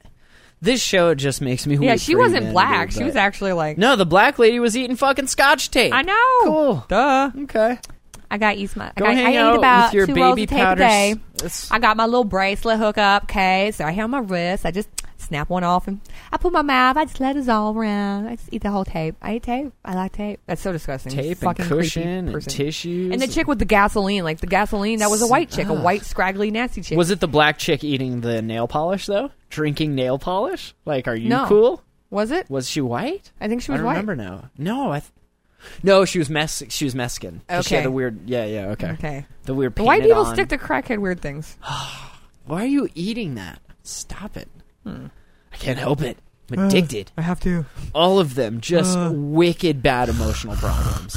Speaker 1: This show just makes me.
Speaker 2: yeah,
Speaker 1: weep
Speaker 2: she
Speaker 1: for
Speaker 2: wasn't
Speaker 1: humanity,
Speaker 2: black. She
Speaker 1: but-
Speaker 2: was actually like,
Speaker 1: No, the black lady was eating fucking scotch tape.
Speaker 2: I know.
Speaker 1: Cool.
Speaker 2: Duh.
Speaker 1: Okay.
Speaker 2: I got eat my.
Speaker 1: Go
Speaker 2: I, got-
Speaker 1: hang
Speaker 2: I
Speaker 1: out
Speaker 2: ate about
Speaker 1: with your
Speaker 2: two rolls
Speaker 1: baby
Speaker 2: of tape a
Speaker 1: powder.
Speaker 2: day.
Speaker 1: s-
Speaker 2: I got my little bracelet hookup. Okay, so I have my wrist. I just snap one off and I put my mouth. I just let it all around. I just eat the whole tape. I eat tape. I like tape. That's so disgusting.
Speaker 1: Tape and
Speaker 2: Fucking creepy
Speaker 1: cushion and
Speaker 2: person.
Speaker 1: tissues.
Speaker 2: And the chick with the gasoline, like the gasoline, that was a white chick, a white scraggly nasty chick.
Speaker 1: was it the black chick eating the nail polish though? Drinking nail polish? Like, are you
Speaker 2: No.
Speaker 1: cool?
Speaker 2: Was it?
Speaker 1: Was she white?
Speaker 2: I think she
Speaker 1: I
Speaker 2: was
Speaker 1: don't
Speaker 2: white.
Speaker 1: remember now. No, I. Th- no, she was Mex. She was Mexican. 'Cause She had
Speaker 2: Okay.
Speaker 1: the weird. Yeah, yeah. Okay.
Speaker 2: Okay.
Speaker 1: The weird.
Speaker 2: But White
Speaker 1: painted
Speaker 2: people
Speaker 1: on-
Speaker 2: stick to crackhead weird things.
Speaker 1: Why are you eating that? Stop it. I can't help it. I'm addicted.
Speaker 2: Hmm. Uh, I have to.
Speaker 1: All of them just wicked bad emotional problems.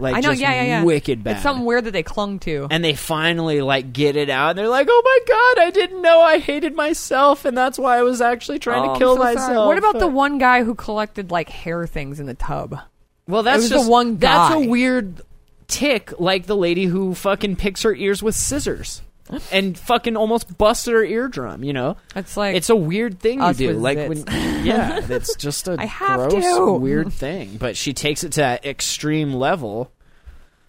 Speaker 1: Like
Speaker 2: I know.
Speaker 1: just
Speaker 2: Yeah, yeah, yeah.
Speaker 1: wicked bad.
Speaker 2: It's something weird that they clung to.
Speaker 1: and they finally like get it out and they're like, "Oh my god, I didn't know I hated myself and that's why I was actually trying
Speaker 2: Oh,
Speaker 1: to
Speaker 2: I'm
Speaker 1: kill
Speaker 2: so sorry.
Speaker 1: myself."
Speaker 2: What about the one guy who collected like hair things in the tub?
Speaker 1: Well, that's
Speaker 2: It was the
Speaker 1: just
Speaker 2: one
Speaker 1: That's
Speaker 2: guy.
Speaker 1: a weird tick like the lady who fucking picks her ears with scissors. And fucking almost busted her eardrum, you know.
Speaker 2: It's like
Speaker 1: it's a weird thing you
Speaker 2: us
Speaker 1: do.
Speaker 2: with
Speaker 1: Like
Speaker 2: zits.
Speaker 1: when, yeah, that's just a
Speaker 2: I have
Speaker 1: gross,
Speaker 2: to.
Speaker 1: weird thing. But she takes it to that extreme level.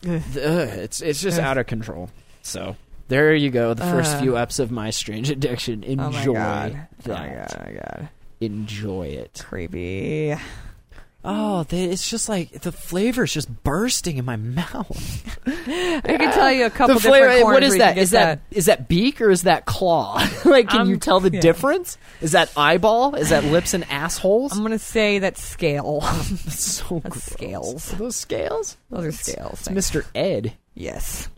Speaker 1: Ugh, it's it's just out of control. So there you go. The first
Speaker 2: Uh.
Speaker 1: few eps of My Strange Addiction.
Speaker 2: oh
Speaker 1: Enjoy
Speaker 2: my god,
Speaker 1: that.
Speaker 2: oh my god, oh my god,
Speaker 1: Enjoy it.
Speaker 2: creepy.
Speaker 1: Oh, they, it's just like the flavor is just bursting in my mouth.
Speaker 2: I can tell you a couple
Speaker 1: the flavor.
Speaker 2: different corners
Speaker 1: What
Speaker 2: where
Speaker 1: is
Speaker 2: you can
Speaker 1: that?
Speaker 2: get
Speaker 1: Is that, is that beak or is that claw? like, can you
Speaker 2: I'm-
Speaker 1: tell the
Speaker 2: yeah.
Speaker 1: difference? Is that eyeball? Is that lips and assholes?
Speaker 2: I'm gonna say that scale.
Speaker 1: so
Speaker 2: That's
Speaker 1: gross.
Speaker 2: scales.
Speaker 1: Are those scales?
Speaker 2: Those are
Speaker 1: It's-
Speaker 2: scales,
Speaker 1: It's
Speaker 2: thank you.
Speaker 1: Mr. Ed.
Speaker 2: yes.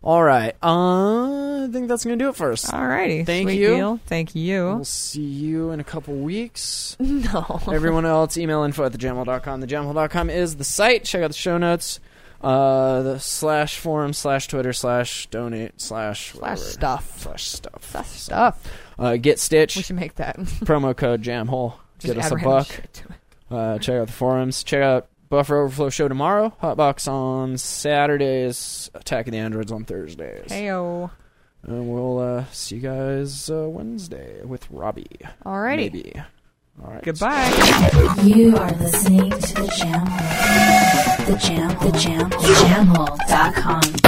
Speaker 1: All right. Uh, I think that's gonna do it for us.
Speaker 2: Alrighty.
Speaker 1: Thank
Speaker 2: Sweet
Speaker 1: you.
Speaker 2: deal. Thank
Speaker 1: We'll
Speaker 2: you.
Speaker 1: see you in a couple weeks.
Speaker 2: No.
Speaker 1: Everyone else, email info at thejamhole.com. Thejamhole.com is the site. Check out the show notes. uh, the slash forum slash Twitter slash donate slash whatever.
Speaker 2: Slash stuff.
Speaker 1: slash stuff
Speaker 2: That's stuff.
Speaker 1: Uh, get
Speaker 2: We
Speaker 1: Stitch
Speaker 2: should make that.
Speaker 1: promo code Jamhole.
Speaker 2: Just
Speaker 1: Get us
Speaker 2: add
Speaker 1: a
Speaker 2: random
Speaker 1: buck.
Speaker 2: shit to it.
Speaker 1: Uh, check out the forums. Check out Buffer Overflow show tomorrow. Hotbox on Saturdays. Attack of the Androids on Thursdays.
Speaker 2: Heyo.
Speaker 1: And we'll uh, see you guys uh, Wednesday with Robbie.
Speaker 2: Alrighty.
Speaker 1: Maybe. All right.
Speaker 2: Goodbye.
Speaker 4: You are listening to the Jam Hole. The Jam, the Jam, the Jam Hole dot com.